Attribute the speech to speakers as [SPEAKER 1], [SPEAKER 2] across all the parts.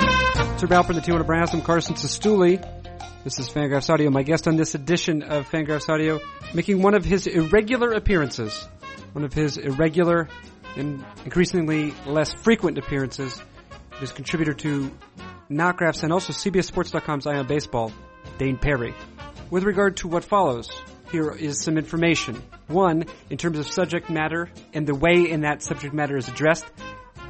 [SPEAKER 1] Arthur Balper, the team of Branson, Carson Sestouli. This is Fangraphs Audio. My guest on this edition of Fangraphs Audio, making one of his irregular appearances, one of his irregular and increasingly less frequent appearances, is contributor to Knockraps and also CBSSports.com's Eye on Baseball, Dane Perry. With regard to what follows, here is some information. One, in terms of subject matter and the way in that subject matter is addressed,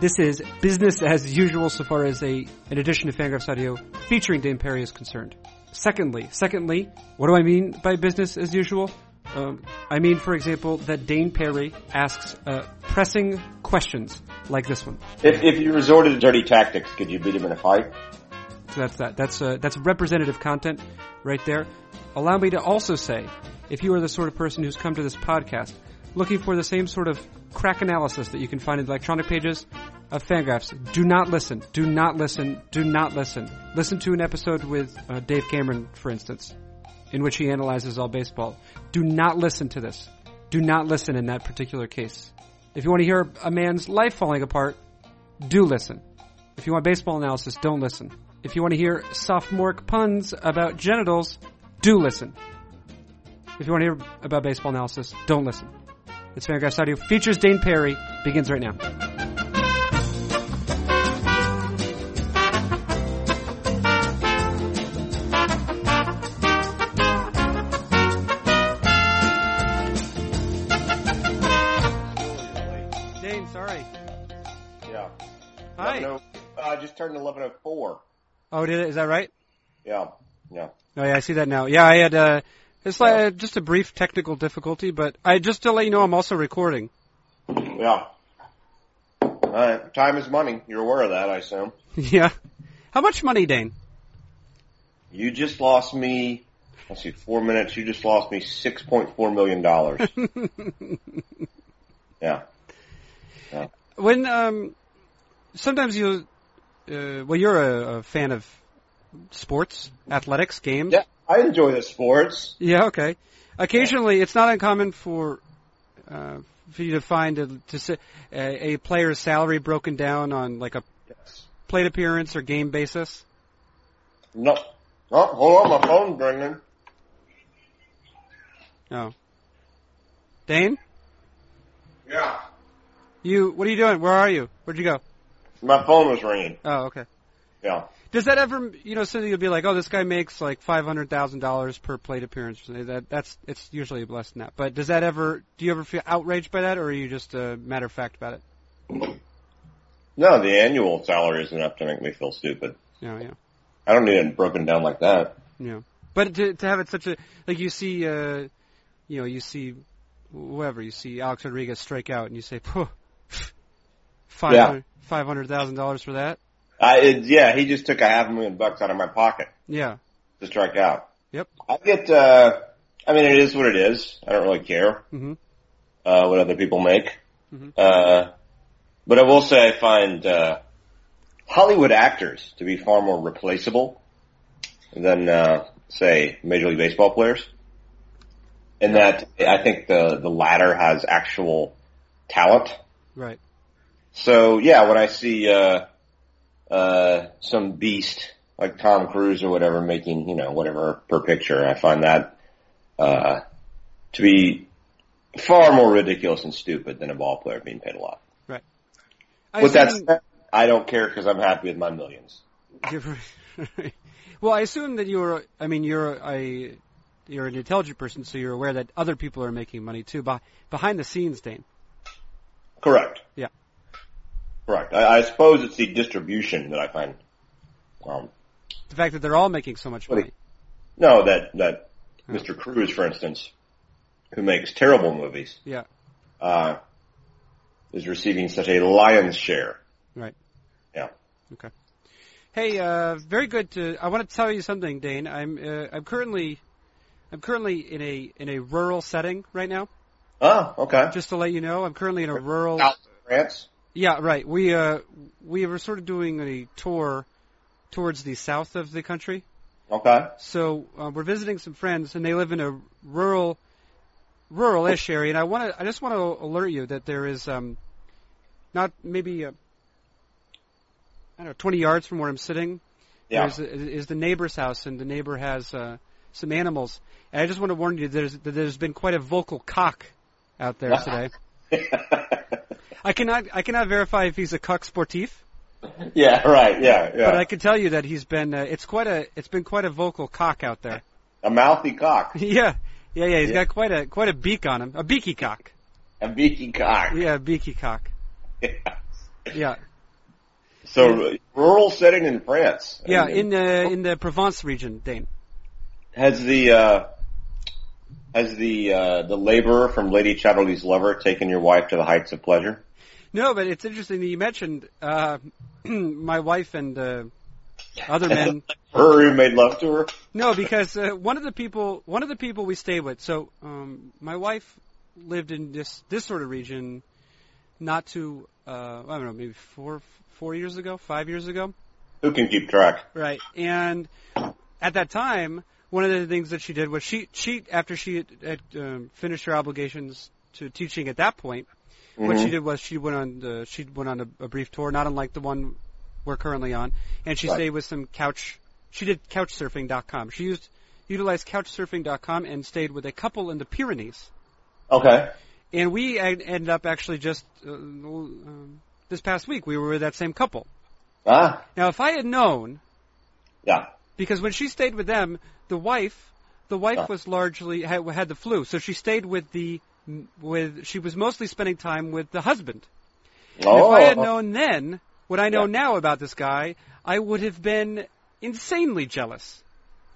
[SPEAKER 1] this is business as usual so far as a an edition of Fangraphs Audio featuring Dane Perry is concerned. Secondly, secondly, what do I mean by business as usual? Um, I mean, for example, that Dane Perry asks uh, pressing questions like this one.
[SPEAKER 2] If, if you resorted to dirty tactics, could you beat him in a fight?
[SPEAKER 1] So that's that. That's uh, that's representative content right there. Allow me to also say, if you are the sort of person who's come to this podcast looking for the same sort of crack analysis that you can find in the electronic pages of Fangraphs, do not listen. Do not listen. Do not listen. Listen to an episode with uh, Dave Cameron, for instance, in which he analyzes all baseball. Do not listen to this. Do not listen in that particular case. If you want to hear a man's life falling apart, do listen. If you want baseball analysis, don't listen. If you want to hear sophomoric puns about genitals, do listen. If you want to hear about baseball analysis, don't listen. It's Fangraphs Audio features Dane Perry. Begins right now. Dane, sorry.
[SPEAKER 2] Yeah.
[SPEAKER 1] Hi.
[SPEAKER 2] 11 uh, just turned 1104.
[SPEAKER 1] Oh, did it? Is that right?
[SPEAKER 2] Yeah. Yeah.
[SPEAKER 1] Oh, yeah, I see that now. Yeah, I had uh, it's like, uh, just a brief technical difficulty, but I just to let you know, I'm also recording.
[SPEAKER 2] Yeah. All right. Time is money. You're aware of that, I assume.
[SPEAKER 1] yeah. How much money, Dane?
[SPEAKER 2] You just lost me, let's see, four minutes. You just lost me $6.4 million. yeah.
[SPEAKER 1] When um, sometimes you, uh, well, you're a, a fan of sports, athletics, games.
[SPEAKER 2] Yeah. I enjoy the sports.
[SPEAKER 1] Yeah, okay. Occasionally, it's not uncommon for uh, for you to find a, to say, a, a player's salary broken down on like a
[SPEAKER 2] Yes.
[SPEAKER 1] plate appearance or game basis.
[SPEAKER 2] No. Oh, hold on. My phone's ringing.
[SPEAKER 1] Oh, Dane,
[SPEAKER 2] Yeah.
[SPEAKER 1] you what are you doing? Where are you? Where'd you go?
[SPEAKER 2] My phone was ringing.
[SPEAKER 1] Oh, okay.
[SPEAKER 2] Yeah.
[SPEAKER 1] Does that ever, you know, so you'll be like, oh, this guy makes like five hundred thousand dollars per plate appearance. That that's it's usually less than that. But does that ever? Do you ever feel outraged by that, or are you just uh, matter of fact about it?
[SPEAKER 2] No, the annual salary is enough to make me feel stupid.
[SPEAKER 1] Yeah, yeah,
[SPEAKER 2] I don't need it broken down like that.
[SPEAKER 1] yeah. But to to have it such a like you see, uh, you know, you see whoever you see Alex Rodriguez strike out, and you say, phew, five hundred thousand dollars for that.
[SPEAKER 2] I, it, yeah, he just took a half a million bucks out of my pocket
[SPEAKER 1] Yeah,
[SPEAKER 2] to strike out.
[SPEAKER 1] Yep.
[SPEAKER 2] I get, uh, I mean, it is what it is. I don't really care,
[SPEAKER 1] Mhm.
[SPEAKER 2] uh, what other people make.
[SPEAKER 1] Mhm.
[SPEAKER 2] Uh, but I will say I find, uh, Hollywood actors to be far more replaceable than, uh, say, Major League Baseball players. In that I think the, the latter has actual talent.
[SPEAKER 1] right.
[SPEAKER 2] So yeah, when I see uh uh some beast like Tom Cruise or whatever making, you know, whatever per picture, I find that uh to be far more ridiculous and stupid than a ball player being paid a lot.
[SPEAKER 1] I
[SPEAKER 2] With that
[SPEAKER 1] assume-
[SPEAKER 2] said, I don't care because I'm happy with my millions.
[SPEAKER 1] Yeah, right. well, I assume that you're. I mean, you're a you're an intelligent person, so you're aware that other people are making money too. By, behind the scenes, Dane.
[SPEAKER 2] Correct.
[SPEAKER 1] Yeah.
[SPEAKER 2] Correct. I, I suppose it's the distribution that I find um
[SPEAKER 1] The fact that they're all making so much
[SPEAKER 2] What do
[SPEAKER 1] money.
[SPEAKER 2] no, that that Mr. Cruz, for instance, who makes terrible movies,
[SPEAKER 1] Yeah.
[SPEAKER 2] uh, is receiving such a lion's share.
[SPEAKER 1] Hey, uh, very good. To, I want to tell you something, Dane. I'm uh, I'm currently I'm currently in a in a rural setting right now.
[SPEAKER 2] Oh, okay.
[SPEAKER 1] Just to let you know, I'm currently in a rural.
[SPEAKER 2] Out in France.
[SPEAKER 1] Yeah, right. We uh we were sort of doing a tour towards the south of the country.
[SPEAKER 2] Okay.
[SPEAKER 1] So uh, we're visiting some friends, and they live in a rural, rural-ish area. And I want to, I just want to alert you that there is, um, not maybe, uh, I don't know, 20 yards from where I'm sitting,
[SPEAKER 2] Yeah.
[SPEAKER 1] There's, is the neighbor's house, and the neighbor has uh, some animals. And I just want to warn you, there's that there's been quite a vocal cock out there today. I cannot I cannot verify if he's a cock sportif,
[SPEAKER 2] yeah, right. Yeah, yeah.
[SPEAKER 1] but I can tell you that he's been uh, it's quite a it's been quite a vocal cock out there.
[SPEAKER 2] a mouthy cock,
[SPEAKER 1] yeah, yeah, yeah. He's
[SPEAKER 2] Yeah.
[SPEAKER 1] got quite a quite a beak on him, a beaky cock.
[SPEAKER 2] a beaky cock.
[SPEAKER 1] Yeah, a beaky cock. Yeah,
[SPEAKER 2] So rural setting in France.
[SPEAKER 1] yeah.
[SPEAKER 2] And oh.
[SPEAKER 1] In the in the Provence region, Dane.
[SPEAKER 2] has the uh, has the uh, the laborer from Lady Chatterley's Lover taken your wife to the heights of pleasure?
[SPEAKER 1] No, but it's interesting that you mentioned uh, my wife and uh, other men.
[SPEAKER 2] Her who made love to her.
[SPEAKER 1] No, because uh, one of the people, one of the people we stayed with. So um, my wife lived in this this sort of region, not too uh, I don't know, maybe four four years ago, five years ago,
[SPEAKER 2] Who can keep track?
[SPEAKER 1] right? And at that time, one of the things that she did was she she after she had, had um, finished her obligations to teaching at that point, what she
[SPEAKER 2] Mhm.
[SPEAKER 1] did was she went on uh, she went on a, a brief tour, not unlike the one we're currently on, and she
[SPEAKER 2] Right.
[SPEAKER 1] stayed with some couch. She did couchsurfing.com. She used utilized couchsurfing.com and stayed with a couple in the Pyrenees.
[SPEAKER 2] Okay.
[SPEAKER 1] And we en- ended up actually just uh, um, this past week we were with that same couple.
[SPEAKER 2] Ah.
[SPEAKER 1] Now, if I had known,
[SPEAKER 2] Yeah.
[SPEAKER 1] because when she stayed with them, the wife the wife
[SPEAKER 2] Ah.
[SPEAKER 1] was largely had, had the flu, so she stayed with the with she was mostly spending time with the husband. And
[SPEAKER 2] Oh.
[SPEAKER 1] If I had known then what I know
[SPEAKER 2] Yeah.
[SPEAKER 1] now about this guy, I would have been insanely jealous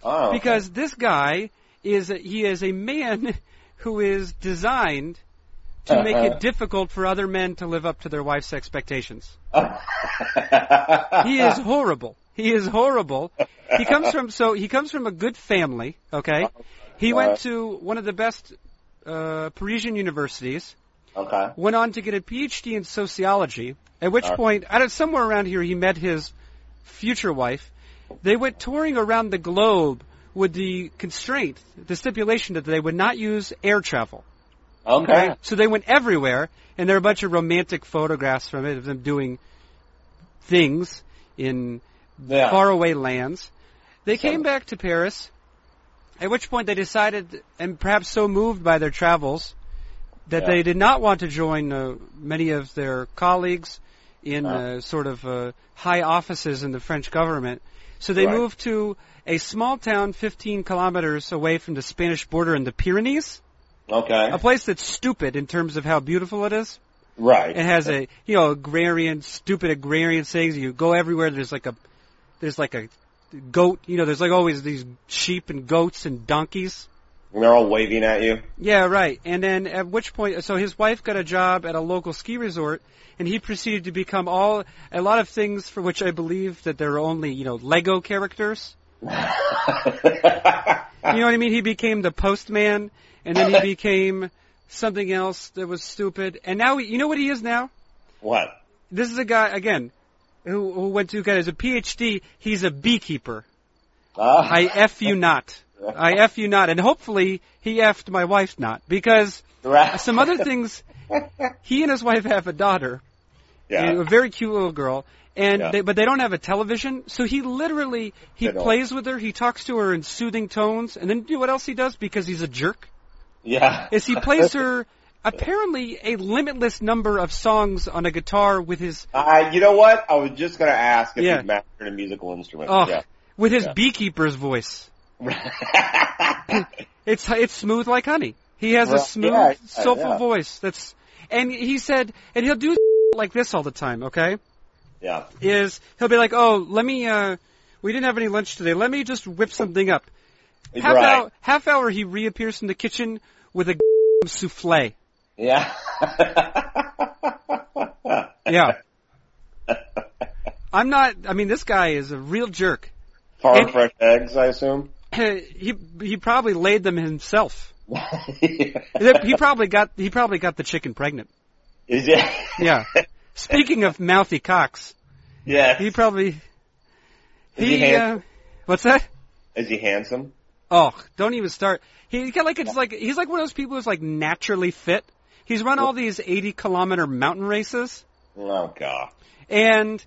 [SPEAKER 2] oh, okay.
[SPEAKER 1] because this guy is a, he is a man who is designed to make
[SPEAKER 2] Uh-huh.
[SPEAKER 1] it difficult for other men to live up to their wife's expectations. He is horrible. He is horrible. He comes from so he comes from a good family, okay? He
[SPEAKER 2] Uh.
[SPEAKER 1] went to one of the best uh, Parisian universities
[SPEAKER 2] okay.
[SPEAKER 1] went on to get a PhD in sociology. At which
[SPEAKER 2] All right.
[SPEAKER 1] point, out of somewhere around here, he met his future wife. They went touring around the globe with the constraint, the stipulation that they would not use air travel.
[SPEAKER 2] Okay.
[SPEAKER 1] So they went everywhere, and there are a bunch of romantic photographs from it of them doing things in
[SPEAKER 2] Yeah.
[SPEAKER 1] faraway lands. They
[SPEAKER 2] So-
[SPEAKER 1] came back to Paris, at which point they decided, and perhaps so moved by their travels, that
[SPEAKER 2] Yeah.
[SPEAKER 1] they did not want to join uh, many of their colleagues in
[SPEAKER 2] Uh.
[SPEAKER 1] uh, sort of uh, high offices in the French government. So they
[SPEAKER 2] Right.
[SPEAKER 1] moved to a small town 15 kilometers away from the Spanish border in the Pyrenees,
[SPEAKER 2] okay.
[SPEAKER 1] a place that's stupid in terms of how beautiful it is.
[SPEAKER 2] Right.
[SPEAKER 1] It has a you know agrarian stupid agrarian sayings. You go everywhere. There's like a there's like a goat. You know there's like always these sheep and goats and donkeys.
[SPEAKER 2] And they're all waving at you.
[SPEAKER 1] Yeah, right. And then at which point, so his wife got a job at a local ski resort, and he proceeded to become all a lot of things for which I believe that there are only you know Lego characters. You know what I mean? He became the postman, and then he became something else that was stupid. And now he, you know what he is now?
[SPEAKER 2] what?
[SPEAKER 1] this is a guy again who, who went to got his a PhD. He's a beekeeper.
[SPEAKER 2] Ah.
[SPEAKER 1] I f you not. I f you not. And hopefully he effed my wife not because
[SPEAKER 2] Right.
[SPEAKER 1] some other things. He and his wife have a daughter,
[SPEAKER 2] Yeah.
[SPEAKER 1] a very cute little girl, and
[SPEAKER 2] Yeah.
[SPEAKER 1] they, but they don't have a television. So he literally he
[SPEAKER 2] They don't.
[SPEAKER 1] plays with her. He talks to her in soothing tones, and then you know what else he does because he's a jerk
[SPEAKER 2] yeah.
[SPEAKER 1] is he plays her. Apparently, a limitless number of songs on a guitar with his
[SPEAKER 2] I, you know what? I was just gonna ask if
[SPEAKER 1] Yeah.
[SPEAKER 2] you'd mastered a musical instrument.
[SPEAKER 1] Oh,
[SPEAKER 2] Yeah.
[SPEAKER 1] with his
[SPEAKER 2] Yeah.
[SPEAKER 1] beekeeper's voice. It's it's smooth like honey. He has a
[SPEAKER 2] Right.
[SPEAKER 1] smooth,
[SPEAKER 2] Yeah, yeah,
[SPEAKER 1] soulful
[SPEAKER 2] yeah.
[SPEAKER 1] voice. That's and he said, and he'll do like this all the time. Okay,
[SPEAKER 2] yeah.
[SPEAKER 1] is he'll be like, oh, let me. uh We didn't have any lunch today. Let me just whip something up. Half
[SPEAKER 2] right.
[SPEAKER 1] hour, half hour, he reappears in the kitchen with a souffle.
[SPEAKER 2] Yeah.
[SPEAKER 1] Yeah. I'm not. I mean, this guy is a real jerk.
[SPEAKER 2] Farm
[SPEAKER 1] And-
[SPEAKER 2] fresh eggs, I assume.
[SPEAKER 1] he he probably laid them himself. He
[SPEAKER 2] Is
[SPEAKER 1] probably got he probably got the chicken pregnant.
[SPEAKER 2] it?
[SPEAKER 1] Yeah. Speaking of mouthy cocks,
[SPEAKER 2] Yeah.
[SPEAKER 1] he probably
[SPEAKER 2] Is he
[SPEAKER 1] he uh,
[SPEAKER 2] handsome?
[SPEAKER 1] what's that?
[SPEAKER 2] Is he handsome?
[SPEAKER 1] Oh, don't even start. He he's got like it's like he's like one of those people who's like naturally fit. He's run all these eighty kilometer mountain races,
[SPEAKER 2] Oh god.
[SPEAKER 1] and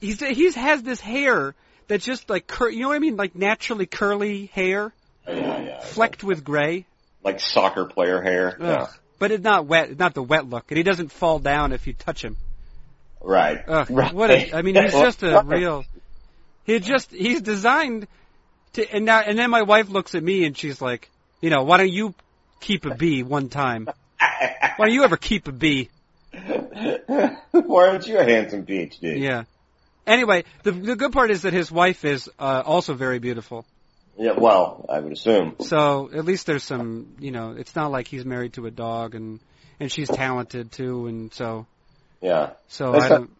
[SPEAKER 1] he's he's has this hair that just like cur- you know what I mean, like naturally curly hair
[SPEAKER 2] Yeah, yeah.
[SPEAKER 1] flecked with gray.
[SPEAKER 2] Like soccer player hair. Yeah.
[SPEAKER 1] Ugh. But it's not wet, not the wet look, and he doesn't fall down if you touch him.
[SPEAKER 2] Right.
[SPEAKER 1] Ugh,
[SPEAKER 2] right.
[SPEAKER 1] what a, I mean, he's just a
[SPEAKER 2] Right.
[SPEAKER 1] real. He just he's designed to, and now and then my wife looks at me and she's like, you know, why don't you keep a bee one time? Why don't you ever keep a bee?
[SPEAKER 2] Why aren't you a handsome PhD?
[SPEAKER 1] Yeah. Anyway, the the good part is that his wife is uh, also very beautiful.
[SPEAKER 2] Yeah, well, I would assume.
[SPEAKER 1] So at least there's some, you know, it's not like he's married to a dog and and she's talented too, and so
[SPEAKER 2] Yeah.
[SPEAKER 1] so
[SPEAKER 2] That's
[SPEAKER 1] I
[SPEAKER 2] not-
[SPEAKER 1] don't.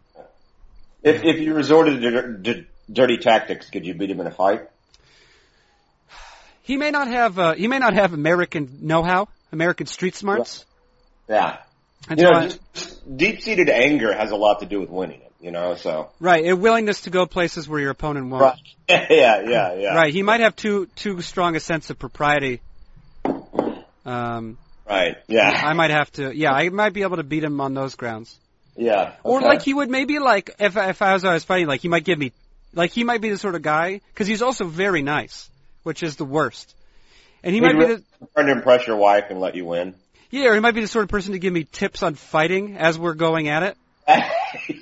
[SPEAKER 2] If if you resorted to dir- to dirty tactics, could you beat him in a fight?
[SPEAKER 1] He may not have uh, he may not have American know-how, American street smarts.
[SPEAKER 2] Yeah.
[SPEAKER 1] And
[SPEAKER 2] You
[SPEAKER 1] so
[SPEAKER 2] know,
[SPEAKER 1] I-
[SPEAKER 2] just deep-seated anger has a lot to do with winning it, you know, so.
[SPEAKER 1] right, a willingness to go places where your opponent won't.
[SPEAKER 2] Right. yeah, yeah, yeah.
[SPEAKER 1] Right, he might have too too strong a sense of propriety. Um,
[SPEAKER 2] Right. Yeah.
[SPEAKER 1] I might have to. Yeah, I might be able to beat him on those grounds.
[SPEAKER 2] yeah.
[SPEAKER 1] Or
[SPEAKER 2] okay.
[SPEAKER 1] like he would maybe like if if I was I was fighting like he might give me like he might be the sort of guy because he's also very nice, which is the worst. And he
[SPEAKER 2] He'd
[SPEAKER 1] might be
[SPEAKER 2] re-
[SPEAKER 1] the
[SPEAKER 2] trying to impress your wife and let you win.
[SPEAKER 1] yeah, or he might be the sort of person to give me tips on fighting as we're going at it.
[SPEAKER 2] yeah.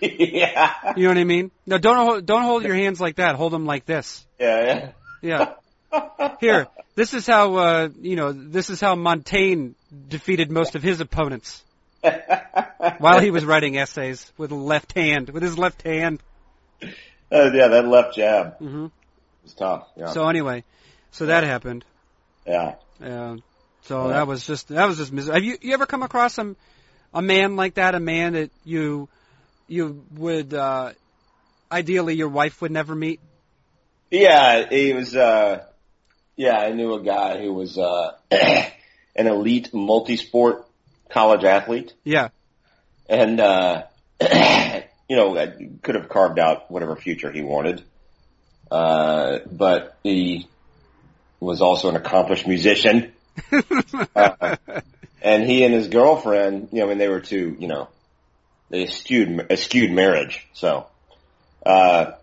[SPEAKER 2] Yeah,
[SPEAKER 1] You know what I mean? No, don't hol- don't hold your hands like that. Hold them like this.
[SPEAKER 2] yeah.
[SPEAKER 1] Yeah. Here, this is how uh, you know this is how Montaigne defeated most of his opponents while he was writing essays with left hand with his left hand.
[SPEAKER 2] Uh, yeah, that left jab
[SPEAKER 1] hmm
[SPEAKER 2] was tough. Yeah.
[SPEAKER 1] So anyway, so that happened.
[SPEAKER 2] yeah.
[SPEAKER 1] Yeah. So
[SPEAKER 2] Yeah.
[SPEAKER 1] that was just that was just miserable. Have you you ever come across some a man like that? A man that you you would uh, ideally your wife would never meet.
[SPEAKER 2] Yeah, he was. Uh, yeah, I knew a guy who was uh, an elite multi-sport college athlete,
[SPEAKER 1] Yeah.
[SPEAKER 2] and uh, you know uh, could have carved out whatever future he wanted. Uh, but he was also an accomplished musician, Uh, and he and his girlfriend, you know, when they were two, you know, they skewed a skewed marriage. So, uh,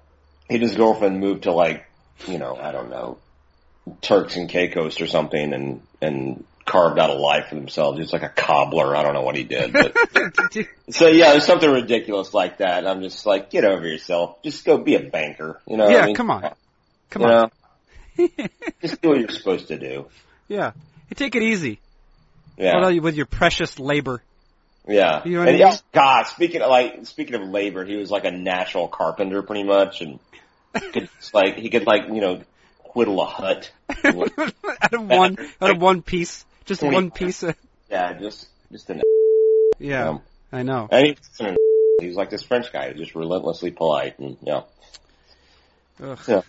[SPEAKER 2] he and his girlfriend moved to like, you know, I don't know, Turks and Caicos or something, and and carved out a life for themselves. He was like a cobbler. I don't know what he did, but so yeah, there's something ridiculous like that. I'm just like, get over yourself. Just go be a banker. You know? what I
[SPEAKER 1] Yeah,
[SPEAKER 2] mean?
[SPEAKER 1] come on. Come
[SPEAKER 2] You
[SPEAKER 1] on.
[SPEAKER 2] know? just do what you're supposed to do.
[SPEAKER 1] Yeah. Hey, take it easy.
[SPEAKER 2] Yeah.
[SPEAKER 1] Although you- with your precious labor.
[SPEAKER 2] Yeah.
[SPEAKER 1] You know what I
[SPEAKER 2] and
[SPEAKER 1] mean?
[SPEAKER 2] yeah, God, speaking of like speaking of labor, he was like a natural carpenter pretty much and could just, like he could like, you know, whittle a hut.
[SPEAKER 1] out of one out of one piece. Just
[SPEAKER 2] Twenty-
[SPEAKER 1] one piece of
[SPEAKER 2] yeah, just just an
[SPEAKER 1] Yeah.
[SPEAKER 2] Um,
[SPEAKER 1] I know.
[SPEAKER 2] I mean, he's an he was like this French guy, just relentlessly polite and yeah.
[SPEAKER 1] Ugh,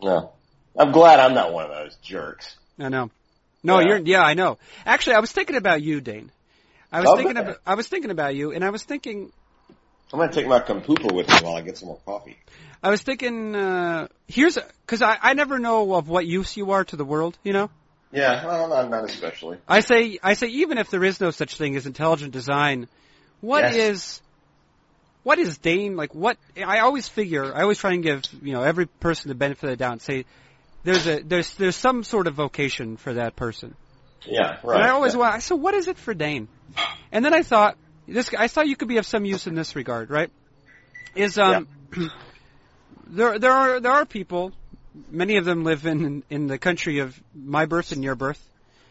[SPEAKER 2] No. I'm glad I'm not one of those jerks.
[SPEAKER 1] I know. No,
[SPEAKER 2] Yeah.
[SPEAKER 1] you're yeah, I know. Actually I was thinking about you, Dane. I was
[SPEAKER 2] Okay.
[SPEAKER 1] thinking about I was thinking about you and I was thinking
[SPEAKER 2] I'm gonna take my compooper with me while I get some more coffee.
[SPEAKER 1] I was thinking, uh, here's, cause I, I never know of what use you are to the world, you know?
[SPEAKER 2] Yeah, well not, not especially.
[SPEAKER 1] I say, I say even if there is no such thing as intelligent design, what is
[SPEAKER 2] Yes.
[SPEAKER 1] what is Dane, like what, I always figure, I always try and give, you know, every person the benefit of the doubt and say, there's a, there's, there's some sort of vocation for that person.
[SPEAKER 2] Yeah,
[SPEAKER 1] And
[SPEAKER 2] right.
[SPEAKER 1] I always
[SPEAKER 2] yeah.
[SPEAKER 1] wa- I so what is it for Dane? And then I thought this. I thought you could be of some use in this regard, right? Is um, there there are there are people. Many of them live in in the country of my birth and your birth,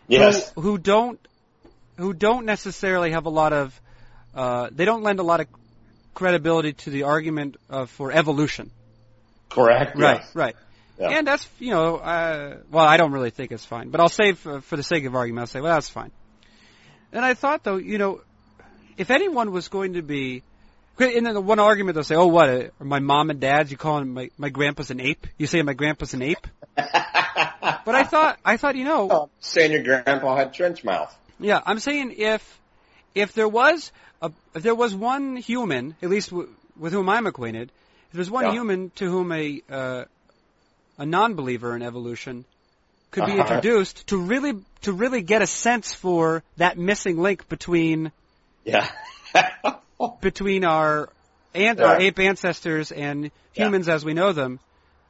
[SPEAKER 2] Yes.
[SPEAKER 1] who, who don't who don't necessarily have a lot of uh, they don't lend a lot of credibility to the argument of, for evolution.
[SPEAKER 2] Correct.
[SPEAKER 1] Right,
[SPEAKER 2] yes.
[SPEAKER 1] right.
[SPEAKER 2] Yeah.
[SPEAKER 1] And that's you know, uh, well, I don't really think it's fine, but I'll say for, for the sake of argument, I'll say, well, that's fine. And I thought though, you know, if anyone was going to be, and then the one argument they'll say, oh, what, uh, my mom and dad, you call him my my grandpa's an ape? You say my grandpa's an ape? But I thought, I thought, you know,
[SPEAKER 2] Oh, saying your grandpa had trench mouth.
[SPEAKER 1] yeah, I'm saying if if there was a if there was one human, at least w- with whom I'm acquainted, if there's one
[SPEAKER 2] Yeah.
[SPEAKER 1] human to whom a uh, a non-believer in evolution could be
[SPEAKER 2] Uh-huh.
[SPEAKER 1] introduced to really to really get a sense for that missing link between
[SPEAKER 2] Yeah.
[SPEAKER 1] between our and our
[SPEAKER 2] Yeah.
[SPEAKER 1] ape ancestors and
[SPEAKER 2] Yeah.
[SPEAKER 1] humans as we know them,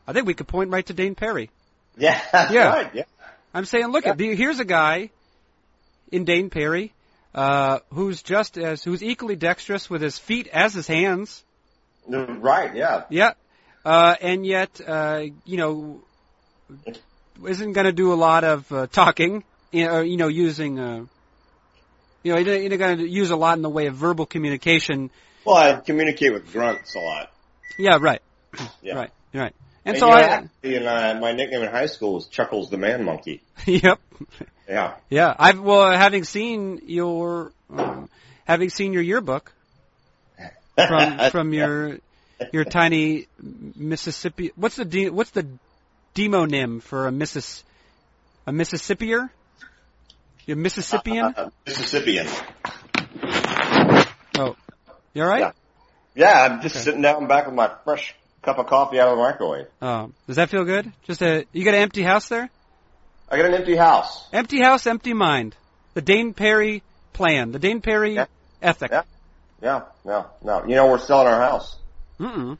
[SPEAKER 1] I think we could point right to Dane Perry.
[SPEAKER 2] Yeah. that's
[SPEAKER 1] Yeah.
[SPEAKER 2] Right. Yeah.
[SPEAKER 1] I'm saying, look at the, here's a guy in Dane Perry uh, who's just as who's equally dexterous with his feet as his hands.
[SPEAKER 2] Right. Yeah.
[SPEAKER 1] Yeah, uh, and yet uh, you know isn't going to do a lot of uh, talking. You know, or, you know using uh, you know you're not going to use a lot in the way of verbal communication.
[SPEAKER 2] Well, I communicate with grunts a lot.
[SPEAKER 1] Yeah, right.
[SPEAKER 2] Yeah.
[SPEAKER 1] Right. Right. And,
[SPEAKER 2] And
[SPEAKER 1] so
[SPEAKER 2] you know,
[SPEAKER 1] I,
[SPEAKER 2] actually, and I, my nickname in high school was Chuckles the Man Monkey.
[SPEAKER 1] yep.
[SPEAKER 2] Yeah.
[SPEAKER 1] Yeah, I've well, having seen your, um, having seen your yearbook from from your your tiny Mississippi. What's the de, what's the demonym for a Missis a Mississippier? Your Mississippian?
[SPEAKER 2] Uh, Mississippian.
[SPEAKER 1] Oh, you all right?
[SPEAKER 2] Yeah, I'm just
[SPEAKER 1] Okay.
[SPEAKER 2] sitting down back with my fresh cup of coffee out of the microwave.
[SPEAKER 1] Um, does that feel good? Just a you got an empty house there?
[SPEAKER 2] I got an empty house.
[SPEAKER 1] Empty house, empty mind. The Dane Perry plan. The Dane Perry
[SPEAKER 2] Yeah.
[SPEAKER 1] ethic.
[SPEAKER 2] Yeah. Yeah, no, no. You know, we're selling our house.
[SPEAKER 1] Mm-mm.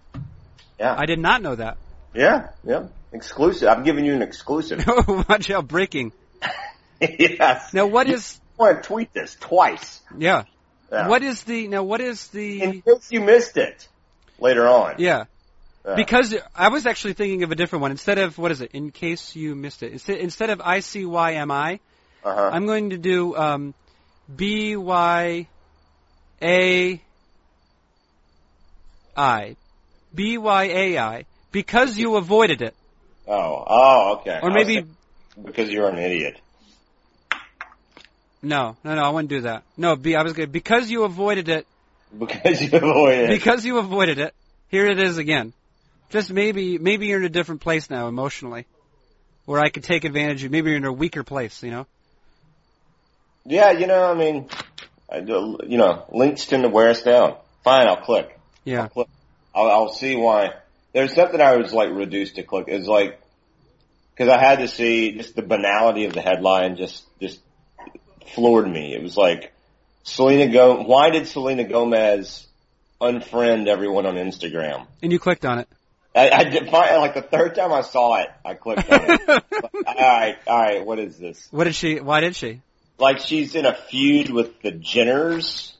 [SPEAKER 2] Yeah.
[SPEAKER 1] I did not know that.
[SPEAKER 2] yeah, yeah. Exclusive. I'm giving you an exclusive.
[SPEAKER 1] Oh, Watch out, breaking.
[SPEAKER 2] yes.
[SPEAKER 1] Now, what is?
[SPEAKER 2] I want to tweet this twice.
[SPEAKER 1] Yeah.
[SPEAKER 2] Yeah.
[SPEAKER 1] What is the now? What is the?
[SPEAKER 2] In case you missed it later on.
[SPEAKER 1] yeah,
[SPEAKER 2] Yeah.
[SPEAKER 1] because I was actually thinking of a different one. Instead of what is it? In case you missed it, instead, instead of I C Y M I,
[SPEAKER 2] Uh-huh.
[SPEAKER 1] I'm going to do um, B Y A I, B Y A I, because you avoided it,
[SPEAKER 2] oh, oh, okay.
[SPEAKER 1] or
[SPEAKER 2] I was
[SPEAKER 1] maybe
[SPEAKER 2] thinking because you're an idiot.
[SPEAKER 1] no, no, no, I wouldn't do that. No, B, I was going to because you avoided it,
[SPEAKER 2] Because you avoided it.
[SPEAKER 1] because you avoided it. Here it is again. Just maybe, maybe you're in a different place now emotionally, where I could take advantage of. Maybe you're in a weaker place, you know.
[SPEAKER 2] Yeah, you know, I mean, I do, you know, links tend to wear us down. Fine, I'll click.
[SPEAKER 1] Yeah,
[SPEAKER 2] I'll, I'll see why. There's something I was like reduced to click. It's like because I had to see just the banality of the headline just just floored me. It was like Selena Go. Why did Selena Gomez unfriend everyone on Instagram?
[SPEAKER 1] and you clicked on it.
[SPEAKER 2] I, I did, fi- like the third time I saw it, I clicked on it. Like, all right, all right, what is this?
[SPEAKER 1] what did she? Why did she?
[SPEAKER 2] Like she's in a feud with the Jenners,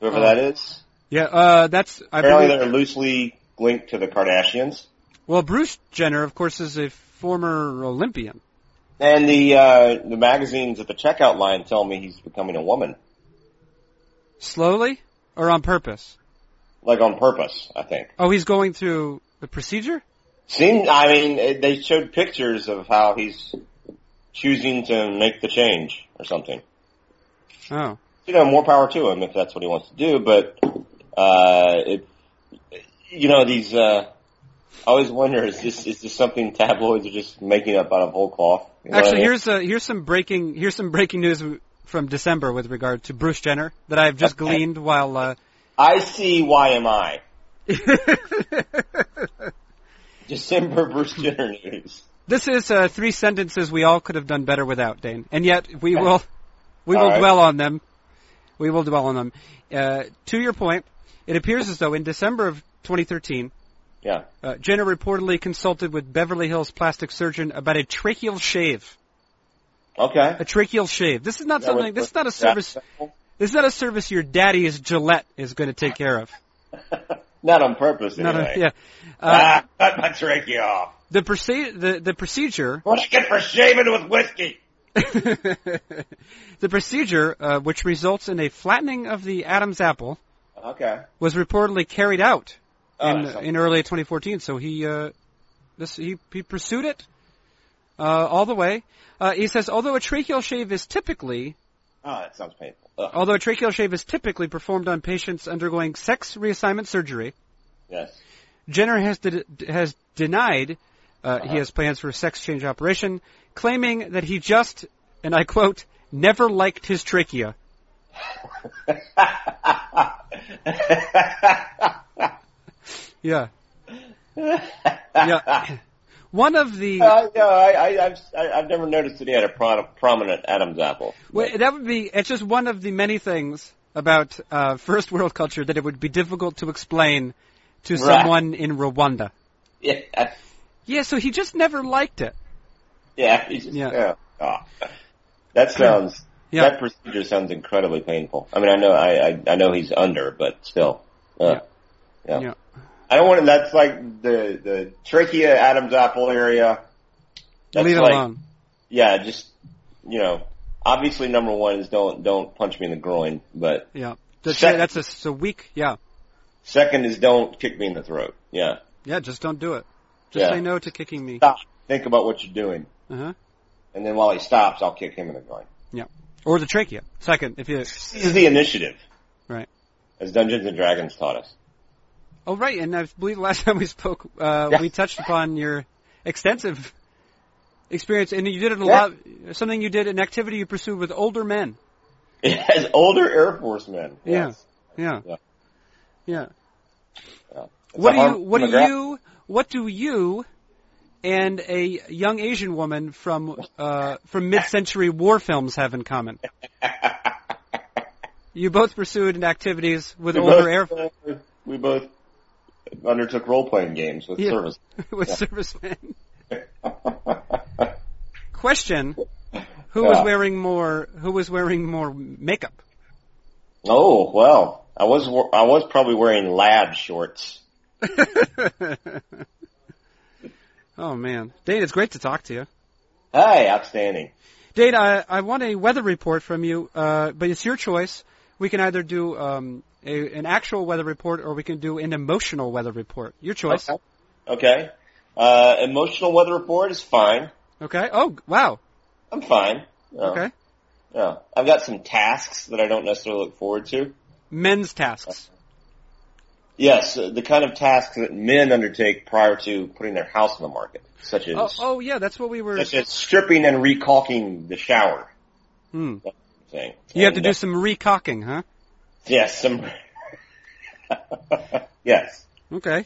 [SPEAKER 2] whoever
[SPEAKER 1] Oh.
[SPEAKER 2] that is.
[SPEAKER 1] Yeah, uh, that's I
[SPEAKER 2] Apparently,
[SPEAKER 1] believe.
[SPEAKER 2] they're loosely linked to the Kardashians.
[SPEAKER 1] Well, Bruce Jenner, of course, is a former Olympian.
[SPEAKER 2] And the uh, the magazines at the checkout line tell me he's becoming a woman,
[SPEAKER 1] Slowly or on purpose?
[SPEAKER 2] like on purpose. I think.
[SPEAKER 1] Oh, he's going through the procedure.
[SPEAKER 2] Seem I mean, eh, they showed pictures of how he's choosing to make the change or something.
[SPEAKER 1] Oh,
[SPEAKER 2] You know, more power to him if that's what he wants to do. But uh, it, you know, these. Uh, I always wonder is this is this something tabloids are just making up out of whole cloth? You know what I
[SPEAKER 1] actually,
[SPEAKER 2] mean?
[SPEAKER 1] here's uh here's some breaking here's some breaking news from December with regard to Bruce Jenner that I've just
[SPEAKER 2] Okay.
[SPEAKER 1] gleaned while. Uh,
[SPEAKER 2] I see why am I
[SPEAKER 1] uh,
[SPEAKER 2] December Bruce Jenner news.
[SPEAKER 1] This is uh, three sentences we all could have done better without, Dane, and yet we will we will
[SPEAKER 2] All right.
[SPEAKER 1] dwell on them. We will dwell on them. Uh, to your point, it appears as though in December of 2013,
[SPEAKER 2] Yeah.
[SPEAKER 1] uh, Jenner reportedly consulted with Beverly Hills plastic surgeon about a tracheal shave.
[SPEAKER 2] Okay.
[SPEAKER 1] A tracheal shave. This is not
[SPEAKER 2] That
[SPEAKER 1] something.
[SPEAKER 2] was-
[SPEAKER 1] This is not a
[SPEAKER 2] that-
[SPEAKER 1] service. This is not a service your daddy's Gillette is going to take care of.
[SPEAKER 2] Not on purpose,
[SPEAKER 1] Not
[SPEAKER 2] anyway.
[SPEAKER 1] a- yeah. Uh,
[SPEAKER 2] ah, cut my trachea off.
[SPEAKER 1] the, proce- the the procedure
[SPEAKER 2] What I get for shaving with whiskey?
[SPEAKER 1] the procedure, uh, which results in a flattening of the Adam's apple,
[SPEAKER 2] Okay.
[SPEAKER 1] was reportedly carried out
[SPEAKER 2] Oh,
[SPEAKER 1] in,
[SPEAKER 2] that's-
[SPEAKER 1] in early 2014. So he uh, this he, he pursued it uh, all the way. Uh, he says, although a tracheal shave is typically
[SPEAKER 2] oh, that sounds painful. Ugh,
[SPEAKER 1] although a tracheal shave is typically performed on patients undergoing sex reassignment surgery,
[SPEAKER 2] yes.
[SPEAKER 1] Jenner has de- has denied uh,
[SPEAKER 2] Uh-huh.
[SPEAKER 1] he has plans for a sex change operation, claiming that he just and I quote never liked his trachea. Yeah. yeah. One of the
[SPEAKER 2] Uh, no, I, I, I've, I, I've never noticed that he had a pro- prominent Adam's apple.
[SPEAKER 1] well, that would be it's just one of the many things about uh, first world culture that it would be difficult to explain to
[SPEAKER 2] Right.
[SPEAKER 1] someone in Rwanda.
[SPEAKER 2] Yeah.
[SPEAKER 1] Yeah, so he just never liked it.
[SPEAKER 2] Yeah. It's just,
[SPEAKER 1] Yeah.
[SPEAKER 2] yeah. Ah. that sounds.
[SPEAKER 1] Yeah.
[SPEAKER 2] That procedure sounds incredibly painful. I mean, I know, I, I, I know he's under, but still. Uh, yeah.
[SPEAKER 1] Yeah.
[SPEAKER 2] I don't want to. That's like the the trachea, Adam's apple area. That's
[SPEAKER 1] Leave it
[SPEAKER 2] like,
[SPEAKER 1] alone.
[SPEAKER 2] Yeah, just you know, obviously number one is don't don't punch me in the groin, but
[SPEAKER 1] Yeah. That's,
[SPEAKER 2] Second-
[SPEAKER 1] that's a, it's a weak, yeah.
[SPEAKER 2] second is don't kick me in the throat. Yeah,
[SPEAKER 1] Yeah, just don't do it. Just
[SPEAKER 2] Yeah.
[SPEAKER 1] say no to kicking me.
[SPEAKER 2] stop. Think about what you're doing,
[SPEAKER 1] Uh-huh.
[SPEAKER 2] and then while he stops, I'll kick him in the groin.
[SPEAKER 1] Or the trachea. Second, if you,
[SPEAKER 2] This is the initiative,
[SPEAKER 1] Right.
[SPEAKER 2] As Dungeons and Dragons taught us.
[SPEAKER 1] oh right, and I believe last time we spoke, uh,
[SPEAKER 2] Yeah.
[SPEAKER 1] we touched upon your extensive experience, and you did it a
[SPEAKER 2] Yeah.
[SPEAKER 1] lot, something you did, an activity you pursued with older men.
[SPEAKER 2] As older Air Force men.
[SPEAKER 1] Yeah.
[SPEAKER 2] Yes.
[SPEAKER 1] Yeah.
[SPEAKER 2] Yeah.
[SPEAKER 1] Yeah.
[SPEAKER 2] Yeah. It's
[SPEAKER 1] What
[SPEAKER 2] a
[SPEAKER 1] do you,
[SPEAKER 2] harm-
[SPEAKER 1] what do
[SPEAKER 2] McGrath-
[SPEAKER 1] you, what do you and a young Asian woman from, uh, from mid-century war films have in common? You both pursued activities with
[SPEAKER 2] we
[SPEAKER 1] older
[SPEAKER 2] both,
[SPEAKER 1] Air
[SPEAKER 2] uh, we both undertook role playing games with
[SPEAKER 1] Yeah.
[SPEAKER 2] service.
[SPEAKER 1] with servicemen. Question: Who was
[SPEAKER 2] Yeah.
[SPEAKER 1] wearing more? Who was wearing more makeup?
[SPEAKER 2] Oh well, I was wa- I was probably wearing lab shorts.
[SPEAKER 1] oh man, Dane, it's great to talk to you.
[SPEAKER 2] Hey, outstanding.
[SPEAKER 1] Dane, I, I want a weather report from you, uh, but it's your choice. We can either do um, a, an actual weather report or we can do an emotional weather report. Your choice.
[SPEAKER 2] Okay. Okay. Uh, emotional weather report is fine.
[SPEAKER 1] Okay. Oh wow.
[SPEAKER 2] I'm fine. Yeah.
[SPEAKER 1] Okay.
[SPEAKER 2] Yeah. I've got some tasks that I don't necessarily look forward to.
[SPEAKER 1] Men's tasks.
[SPEAKER 2] Yes, uh, the kind of tasks that men undertake prior to putting their house on the market, such as
[SPEAKER 1] Oh, oh yeah, that's what we were.
[SPEAKER 2] such as stripping and recalking the shower
[SPEAKER 1] Hmm.
[SPEAKER 2] thing.
[SPEAKER 1] You have to
[SPEAKER 2] And,
[SPEAKER 1] do
[SPEAKER 2] uh,
[SPEAKER 1] some recocking, huh?
[SPEAKER 2] yes, some yes,
[SPEAKER 1] Okay.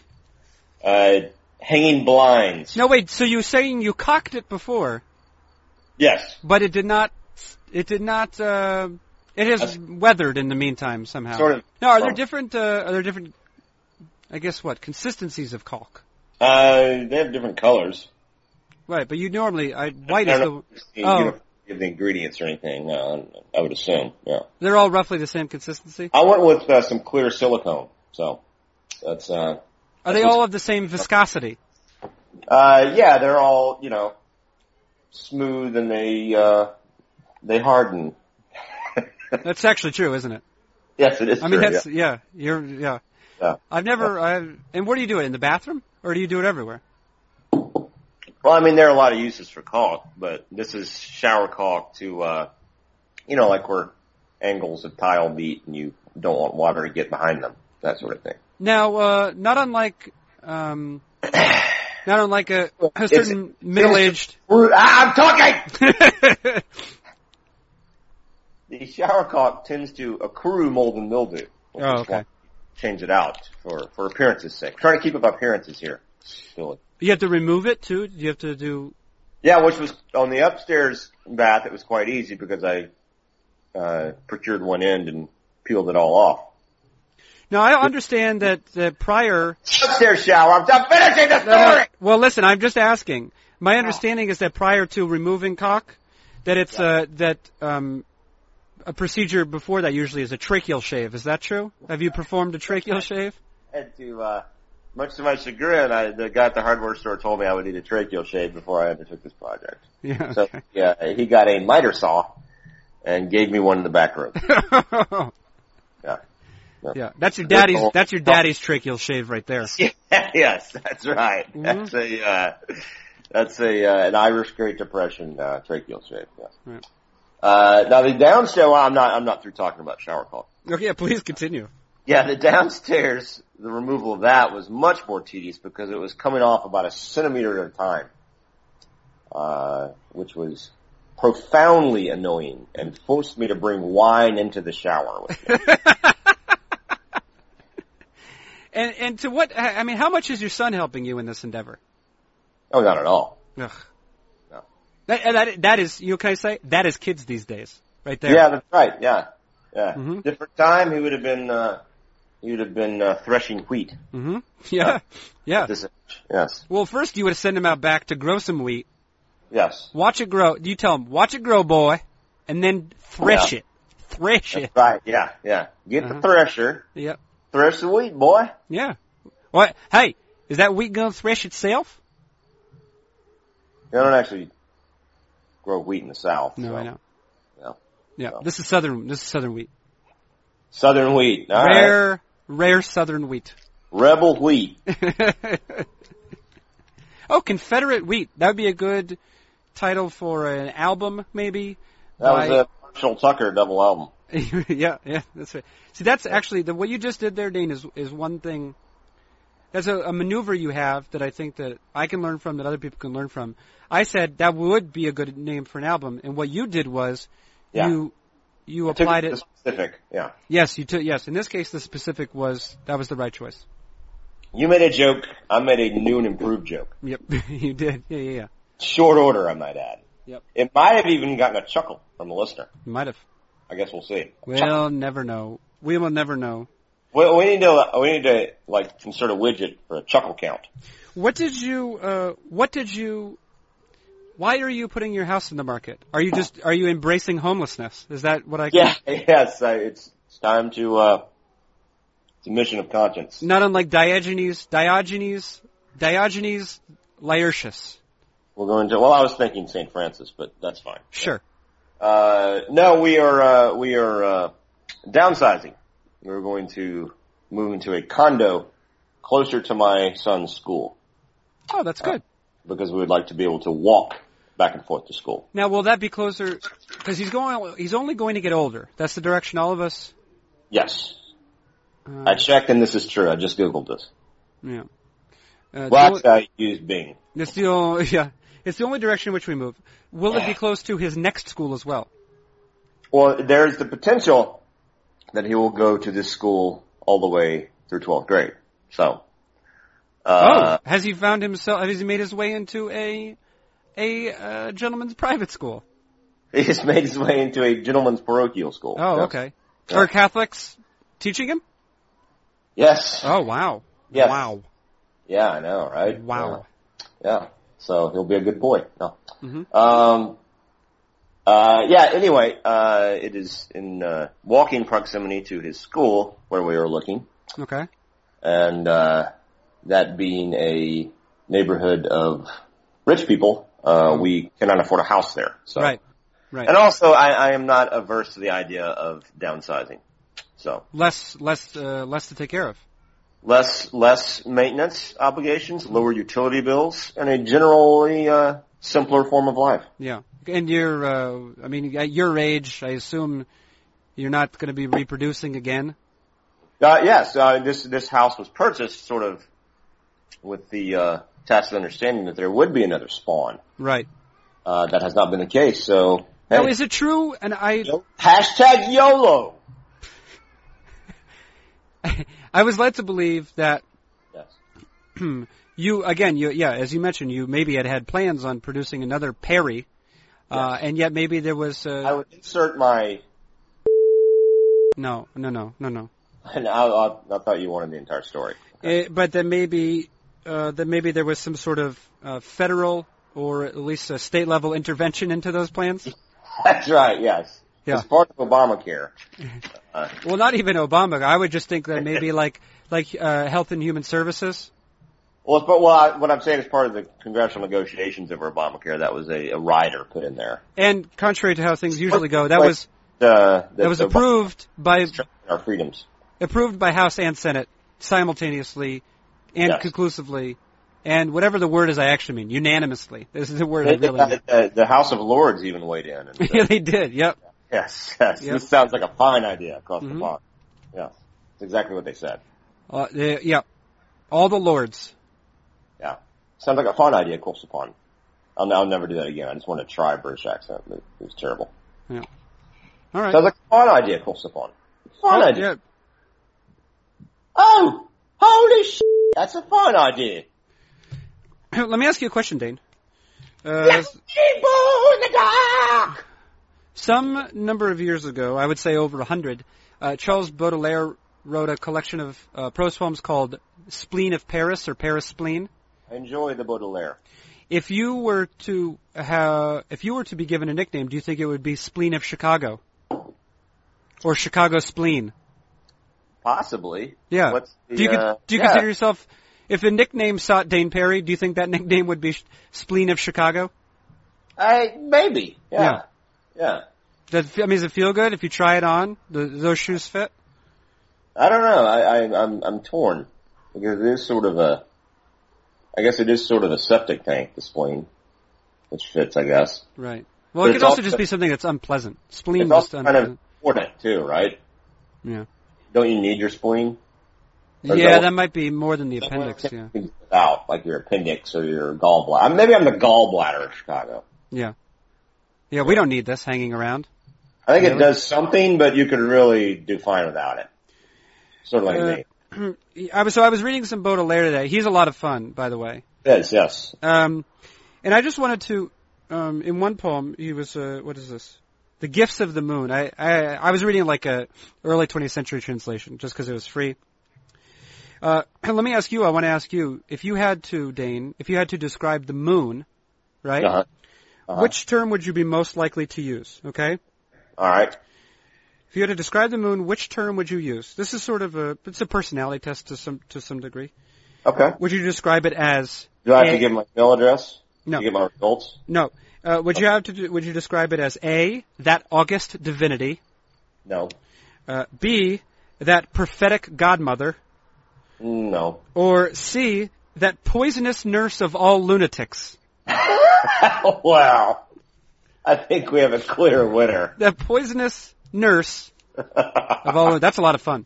[SPEAKER 2] uh, hanging blinds.
[SPEAKER 1] No wait. So you're saying you cocked it before?
[SPEAKER 2] Yes,
[SPEAKER 1] but it did not. It did not. Uh, it has
[SPEAKER 2] That's-
[SPEAKER 1] weathered in the meantime somehow.
[SPEAKER 2] sort of. Oh.
[SPEAKER 1] No, are there different? Uh, are there different? I guess what consistencies of caulk?
[SPEAKER 2] Uh, they have different colors.
[SPEAKER 1] Right, but you normally I, white
[SPEAKER 2] I
[SPEAKER 1] is
[SPEAKER 2] don't
[SPEAKER 1] the.
[SPEAKER 2] know if you
[SPEAKER 1] oh.
[SPEAKER 2] don't give the ingredients or anything. No, I would assume. Yeah,
[SPEAKER 1] They're all roughly the same consistency.
[SPEAKER 2] I went with uh, some clear silicone. So that's uh,
[SPEAKER 1] Are they
[SPEAKER 2] That's-
[SPEAKER 1] all of the same viscosity?
[SPEAKER 2] uh, yeah, they're all you know smooth and they uh, they harden.
[SPEAKER 1] That's actually true, isn't it?
[SPEAKER 2] yes, it is.
[SPEAKER 1] I mean,
[SPEAKER 2] true,
[SPEAKER 1] that's yeah. You're yeah.
[SPEAKER 2] Yeah.
[SPEAKER 1] I've never. I've, and where do you do it? In the bathroom, or do you do it everywhere?
[SPEAKER 2] Well, I mean, there are a lot of uses for caulk, but this is shower caulk to, uh, you know, like where angles of tile meet and you don't want water to get behind them, that sort of thing.
[SPEAKER 1] Now, uh, not unlike. Um, not unlike a, a certain middle-aged.
[SPEAKER 2] We're- ah, I'm talking! The shower caulk tends to accrue mold and mildew. We'll
[SPEAKER 1] Oh,
[SPEAKER 2] just
[SPEAKER 1] okay.
[SPEAKER 2] want to Change it out for, for appearances sake. Trying to keep up appearances here. Billy.
[SPEAKER 1] You have to remove it too. You have to do.
[SPEAKER 2] Yeah, which was on the upstairs bath, it was quite easy because I, uh, procured one end and peeled it all off.
[SPEAKER 1] Now I understand that the prior.
[SPEAKER 2] upstairs shower. I'm, I'm finishing the
[SPEAKER 1] No, no.
[SPEAKER 2] story.
[SPEAKER 1] well, listen. I'm just asking. My understanding is that prior to removing cock, that it's uh, that um, a procedure before that usually is a tracheal shave. Is that true? Have you performed a tracheal shave?
[SPEAKER 2] And to uh, much to my chagrin, I, the guy at the hardware store told me I would need a tracheal shave before I undertook this project.
[SPEAKER 1] Yeah.
[SPEAKER 2] So yeah, he got a miter saw and gave me one in the back room.
[SPEAKER 1] Okay.
[SPEAKER 2] Yeah.
[SPEAKER 1] yeah. That's your daddy's.
[SPEAKER 2] Oh.
[SPEAKER 1] That's your daddy's tracheal shave right there.
[SPEAKER 2] yes, that's right.
[SPEAKER 1] Mhm.
[SPEAKER 2] That's a uh, that's a uh, an Irish Great Depression uh, tracheal shave. Yes.
[SPEAKER 1] Right.
[SPEAKER 2] Uh, now the downstairs. Well, I'm not. I'm not through talking about shower call.
[SPEAKER 1] Okay. Oh, yeah, Please continue.
[SPEAKER 2] Yeah, the downstairs, the removal of that was much more tedious because it was coming off about a centimeter at a time, uh, which was profoundly annoying and forced me to bring wine into the shower. With me.
[SPEAKER 1] And and to what? I I mean, how much is your son helping you in this endeavor?
[SPEAKER 2] oh, not at all.
[SPEAKER 1] Ugh.
[SPEAKER 2] No.
[SPEAKER 1] That, and that that is you know, can I say that is kids these days right there.
[SPEAKER 2] Yeah, that's right. Yeah, yeah.
[SPEAKER 1] Mhm.
[SPEAKER 2] Different time, he would have been uh, you'd have been uh, threshing wheat.
[SPEAKER 1] hmm Yeah. Yeah.
[SPEAKER 2] This age. Yes.
[SPEAKER 1] Well, first you would have sent him out back to grow some wheat.
[SPEAKER 2] Yes.
[SPEAKER 1] Watch it grow. You tell him, watch it grow, boy, and then thresh
[SPEAKER 2] Yeah.
[SPEAKER 1] it. Thresh it.
[SPEAKER 2] That's right. Yeah. Yeah. Get
[SPEAKER 1] Uh-huh.
[SPEAKER 2] the thresher.
[SPEAKER 1] Yep.
[SPEAKER 2] Thresh the wheat, boy.
[SPEAKER 1] Yeah. What? Hey, is that wheat gonna thresh itself?
[SPEAKER 2] They don't actually grow wheat in the south.
[SPEAKER 1] No,
[SPEAKER 2] so.
[SPEAKER 1] I know.
[SPEAKER 2] Yeah.
[SPEAKER 1] Yeah.
[SPEAKER 2] No.
[SPEAKER 1] This is southern. This is southern wheat.
[SPEAKER 2] Southern wheat. All right.
[SPEAKER 1] rare, rare southern wheat.
[SPEAKER 2] Rebel wheat.
[SPEAKER 1] oh, Confederate wheat. That would be a good title for an album, maybe.
[SPEAKER 2] That
[SPEAKER 1] by-
[SPEAKER 2] was a Marshall Tucker double album.
[SPEAKER 1] yeah, yeah, that's right. See, that's actually the what you just did there, Dane, is is one thing. That's a, a maneuver you have that I think that I can learn from, that other people can learn from. I said that would be a good name for an album, and what you did was
[SPEAKER 2] Yeah.
[SPEAKER 1] you you
[SPEAKER 2] Took
[SPEAKER 1] applied
[SPEAKER 2] to
[SPEAKER 1] it.
[SPEAKER 2] the Specific. Yeah.
[SPEAKER 1] Yes, you took yes. In this case, the specific was that was the right choice.
[SPEAKER 2] You made a joke. I made a new and improved joke.
[SPEAKER 1] Yep, you did. Yeah, yeah, yeah.
[SPEAKER 2] Short order, I might add.
[SPEAKER 1] Yep.
[SPEAKER 2] It might have even gotten a chuckle from the listener.
[SPEAKER 1] You might have.
[SPEAKER 2] I guess we'll see.
[SPEAKER 1] We'll never know. We will never know.
[SPEAKER 2] Well, we need to we need to like insert a widget for a chuckle count.
[SPEAKER 1] What did you? Uh, what did you? Why are you putting your house in the market? Are you just? Are you embracing homelessness? Is that what I?
[SPEAKER 2] Yeah, yes, I, it's it's time to uh, it's a mission of conscience.
[SPEAKER 1] Not unlike Diogenes, Diogenes, Diogenes Laertius.
[SPEAKER 2] We're going to well, I was thinking St. Francis, but that's fine.
[SPEAKER 1] Sure.
[SPEAKER 2] Uh, no, we are uh, we are uh, downsizing. We're going to move into a condo closer to my son's school
[SPEAKER 1] Oh, that's good.
[SPEAKER 2] because we would like to be able to walk back and forth to school.
[SPEAKER 1] Now, will that be closer? Because he's going. He's only going to get older. That's the direction all of us.
[SPEAKER 2] Yes,
[SPEAKER 1] Uh,
[SPEAKER 2] I checked, and this is true. I just googled this.
[SPEAKER 1] yeah. Uh,
[SPEAKER 2] Well,
[SPEAKER 1] do-
[SPEAKER 2] actually, I used Bing.
[SPEAKER 1] It's the only, yeah. It's the only direction in which we move. Will it be
[SPEAKER 2] Yeah.
[SPEAKER 1] close to his next school as well?
[SPEAKER 2] Well, there's the potential that he will go to this school all the way through 12th grade. So, uh,
[SPEAKER 1] oh, has he found himself? Has he made his way into a a uh, gentleman's private school?
[SPEAKER 2] he has made his way into a gentleman's parochial school.
[SPEAKER 1] Oh,
[SPEAKER 2] Yes.
[SPEAKER 1] okay.
[SPEAKER 2] Yeah.
[SPEAKER 1] For Catholics teaching him?
[SPEAKER 2] Yes.
[SPEAKER 1] Oh, wow.
[SPEAKER 2] Yes.
[SPEAKER 1] Wow.
[SPEAKER 2] Yeah, I know, right?
[SPEAKER 1] Wow.
[SPEAKER 2] Yeah. Yeah. So he'll be a good boy. No.
[SPEAKER 1] Mhm.
[SPEAKER 2] Um, uh, yeah, anyway, uh, it is in, uh, walking proximity to his school where we are looking.
[SPEAKER 1] Okay.
[SPEAKER 2] and uh, that being a neighborhood of rich people, uh, we cannot afford a house there. So.
[SPEAKER 1] Right. Right.
[SPEAKER 2] And also, I, I am not averse to the idea of downsizing. So
[SPEAKER 1] Less less uh, less to take care of.
[SPEAKER 2] less less maintenance obligations, lower utility bills, and a generally uh, simpler form of life.
[SPEAKER 1] Yeah. And you're uh, I mean at your age, I assume you're not going to be reproducing again.
[SPEAKER 2] Uh, yes, uh, this this house was purchased sort of with the uh, tacit understanding that there would be another spawn.
[SPEAKER 1] Right.
[SPEAKER 2] Uh, that has not been the case. So
[SPEAKER 1] Now,
[SPEAKER 2] hey,
[SPEAKER 1] is it true? And I
[SPEAKER 2] hashtag YOLO.
[SPEAKER 1] I was led to believe that
[SPEAKER 2] Yes.
[SPEAKER 1] you again, you yeah, as you mentioned, you maybe had had plans on producing another Perry, uh, and yet maybe there was
[SPEAKER 2] I
[SPEAKER 1] uh,
[SPEAKER 2] would insert my.
[SPEAKER 1] no, no, no, no, no.
[SPEAKER 2] And I, I, I thought you wanted the entire story.
[SPEAKER 1] Eh, but that maybe uh, that maybe there was some sort of uh, federal or at least a state level intervention into those plans.
[SPEAKER 2] That's right. Yes.
[SPEAKER 1] Yeah.
[SPEAKER 2] It's part of Obamacare.
[SPEAKER 1] Well, not even Obama. I would just think that maybe like like uh, Health and Human Services.
[SPEAKER 2] Well, it's, but well, I, what I'm saying is part of the congressional negotiations over Obamacare. That was a, a rider put in there.
[SPEAKER 1] And contrary to how things usually go, that
[SPEAKER 2] Like,
[SPEAKER 1] was
[SPEAKER 2] The, the,
[SPEAKER 1] that was
[SPEAKER 2] the-
[SPEAKER 1] approved by
[SPEAKER 2] Our freedoms.
[SPEAKER 1] approved by House and Senate simultaneously and
[SPEAKER 2] Yes.
[SPEAKER 1] conclusively, and whatever the word is, I actually mean unanimously. This is the word I really.
[SPEAKER 2] the, the, the House of Lords even weighed in. And
[SPEAKER 1] mean. yeah,
[SPEAKER 2] said,
[SPEAKER 1] they did. Yep.
[SPEAKER 2] yes, yes.
[SPEAKER 1] Yep.
[SPEAKER 2] This sounds like a fine idea across
[SPEAKER 1] Mhm.
[SPEAKER 2] the pond. Yes. That's exactly what they said.
[SPEAKER 1] Uh, they, yep. All the lords.
[SPEAKER 2] Yeah. Sounds like a fun idea, across the pond. I'll, I'll never do that again. I just want to try a British accent. It, it was terrible.
[SPEAKER 1] All right.
[SPEAKER 2] Sounds like a fun idea, Corsifon. Fun
[SPEAKER 1] Oh,
[SPEAKER 2] idea.
[SPEAKER 1] yeah.
[SPEAKER 2] Oh, holy sh! That's a fun idea.
[SPEAKER 1] Let me ask you a question, Dane. Uh,
[SPEAKER 2] People in the dark.
[SPEAKER 1] Some number of years ago, I would say over a hundred, uh, Charles Baudelaire wrote a collection of uh, prose poems called Spleen of Paris or Paris Spleen.
[SPEAKER 2] Enjoy the Baudelaire.
[SPEAKER 1] If you were to have, if you were to be given a nickname, do you think it would be Spleen of Chicago or Chicago Spleen?
[SPEAKER 2] Possibly.
[SPEAKER 1] Yeah.
[SPEAKER 2] What's the,
[SPEAKER 1] do you con-
[SPEAKER 2] uh,
[SPEAKER 1] do you
[SPEAKER 2] yeah.
[SPEAKER 1] consider yourself if the nickname sought Dane Perry? Do you think that nickname would be Sh- Spleen of Chicago?
[SPEAKER 2] I maybe.
[SPEAKER 1] Yeah.
[SPEAKER 2] Yeah. yeah.
[SPEAKER 1] Does, I mean, does it feel good if you try it on? Do those shoes fit?
[SPEAKER 2] I don't know. I, I I'm I'm torn because it is sort of a. I guess it is sort of a septic tank, the spleen, which fits, I guess.
[SPEAKER 1] Right. Well,
[SPEAKER 2] But
[SPEAKER 1] it could
[SPEAKER 2] it's
[SPEAKER 1] also
[SPEAKER 2] also-
[SPEAKER 1] just be something that's unpleasant. Spleen
[SPEAKER 2] It's
[SPEAKER 1] just
[SPEAKER 2] also kind
[SPEAKER 1] unpleasant.
[SPEAKER 2] of important too, right?
[SPEAKER 1] Yeah.
[SPEAKER 2] Don't you need your spleen? or
[SPEAKER 1] yeah,
[SPEAKER 2] go-
[SPEAKER 1] that might be more than the appendix. Yeah.
[SPEAKER 2] Things Out like your appendix or your gallbladder. Maybe I'm the gallbladder of Chicago.
[SPEAKER 1] Yeah, we don't need this hanging around.
[SPEAKER 2] I think
[SPEAKER 1] Really?
[SPEAKER 2] it does something, but you could really do fine without it. Sort of like
[SPEAKER 1] Uh,
[SPEAKER 2] me.
[SPEAKER 1] I was so I was reading some Baudelaire today. He's a lot of fun, by the way.
[SPEAKER 2] Yes, yes.
[SPEAKER 1] Um, and I just wanted to, um, in one poem, he was, uh, what is this? The Gifts of the Moon. I, I, I was reading like a early 20th century translation just because it was free. Uh, let me ask you, I want to ask you, if you had to, Dane, if you had to describe the moon, right?
[SPEAKER 2] Uh-huh. Uh-huh.
[SPEAKER 1] Which term would you be most likely to use? Okay.
[SPEAKER 2] All right.
[SPEAKER 1] If you had to describe the moon, which term would you use? This is sort of a, it's a personality test to some, to some degree.
[SPEAKER 2] Okay.
[SPEAKER 1] Would you describe it as
[SPEAKER 2] Do I have
[SPEAKER 1] And-
[SPEAKER 2] to give my email address?
[SPEAKER 1] No.
[SPEAKER 2] To get my results?
[SPEAKER 1] No. Uh, would you have to? Do, would you describe it as a that august divinity?
[SPEAKER 2] No.
[SPEAKER 1] Uh, B that prophetic godmother,
[SPEAKER 2] No.
[SPEAKER 1] or C that poisonous nurse of all lunatics?
[SPEAKER 2] wow. I think we have a clear winner.
[SPEAKER 1] That poisonous nurse of all. that's a lot of fun.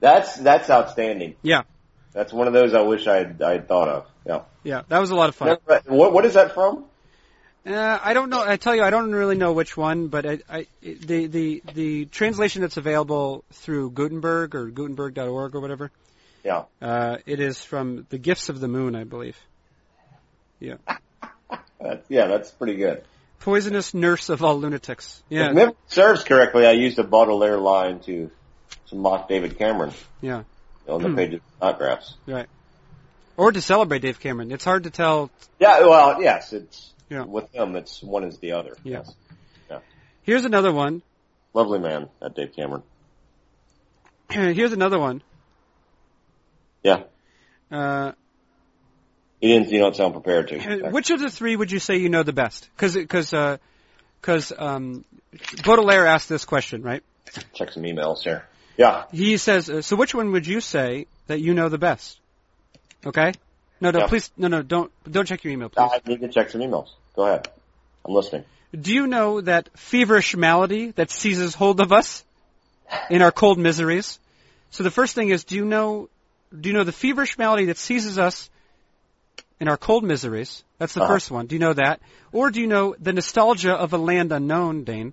[SPEAKER 2] that's that's outstanding.
[SPEAKER 1] Yeah.
[SPEAKER 2] That's one of those I wish I'd I'd thought of. Yeah.
[SPEAKER 1] Yeah, that was a lot of fun.
[SPEAKER 2] Never- What what is that from?
[SPEAKER 1] Uh, I don't know. I tell you, I don't really know which one, but I, I, the the the translation that's available through Gutenberg or Gutenberg.org or whatever.
[SPEAKER 2] Yeah.
[SPEAKER 1] Uh, it is from the Gifts of the Moon, I believe.
[SPEAKER 2] That's, Uh, yeah, that's pretty good.
[SPEAKER 1] Poisonous nurse of all lunatics. Yeah.
[SPEAKER 2] If memory serves correctly, I used a Baudelaire line to, to mock David Cameron.
[SPEAKER 1] Yeah. Hmm.
[SPEAKER 2] On the page of autographs.
[SPEAKER 1] or to celebrate Dave Cameron. It's hard to tell.
[SPEAKER 2] Yeah, well, yes, it's,
[SPEAKER 1] Yeah.
[SPEAKER 2] with them, it's one is the other.
[SPEAKER 1] Yeah.
[SPEAKER 2] Yes.
[SPEAKER 1] Here's another one.
[SPEAKER 2] Lovely man, that Dave Cameron.
[SPEAKER 1] Here's another one.
[SPEAKER 2] Yeah.
[SPEAKER 1] Uh,
[SPEAKER 2] He didn't, you don't sound prepared to.
[SPEAKER 1] which of the three would you say you know the best? Because because uh, 'cause, um, Baudelaire asked this question, right?
[SPEAKER 2] Check some emails here. Yeah.
[SPEAKER 1] He says, uh, "So which one would you say that you know the best?" Okay. No, no,
[SPEAKER 2] Yeah.
[SPEAKER 1] please, no, no, don't don't check your email, please.
[SPEAKER 2] I need to check some emails. Go ahead. I'm listening.
[SPEAKER 1] Do you know that feverish malady that seizes hold of us in our cold miseries? So the first thing is, do you know, do you know the feverish malady that seizes us in our cold miseries? That's the
[SPEAKER 2] Uh-huh.
[SPEAKER 1] first one. Do you know that? Or do you know the nostalgia of a land unknown, Dane?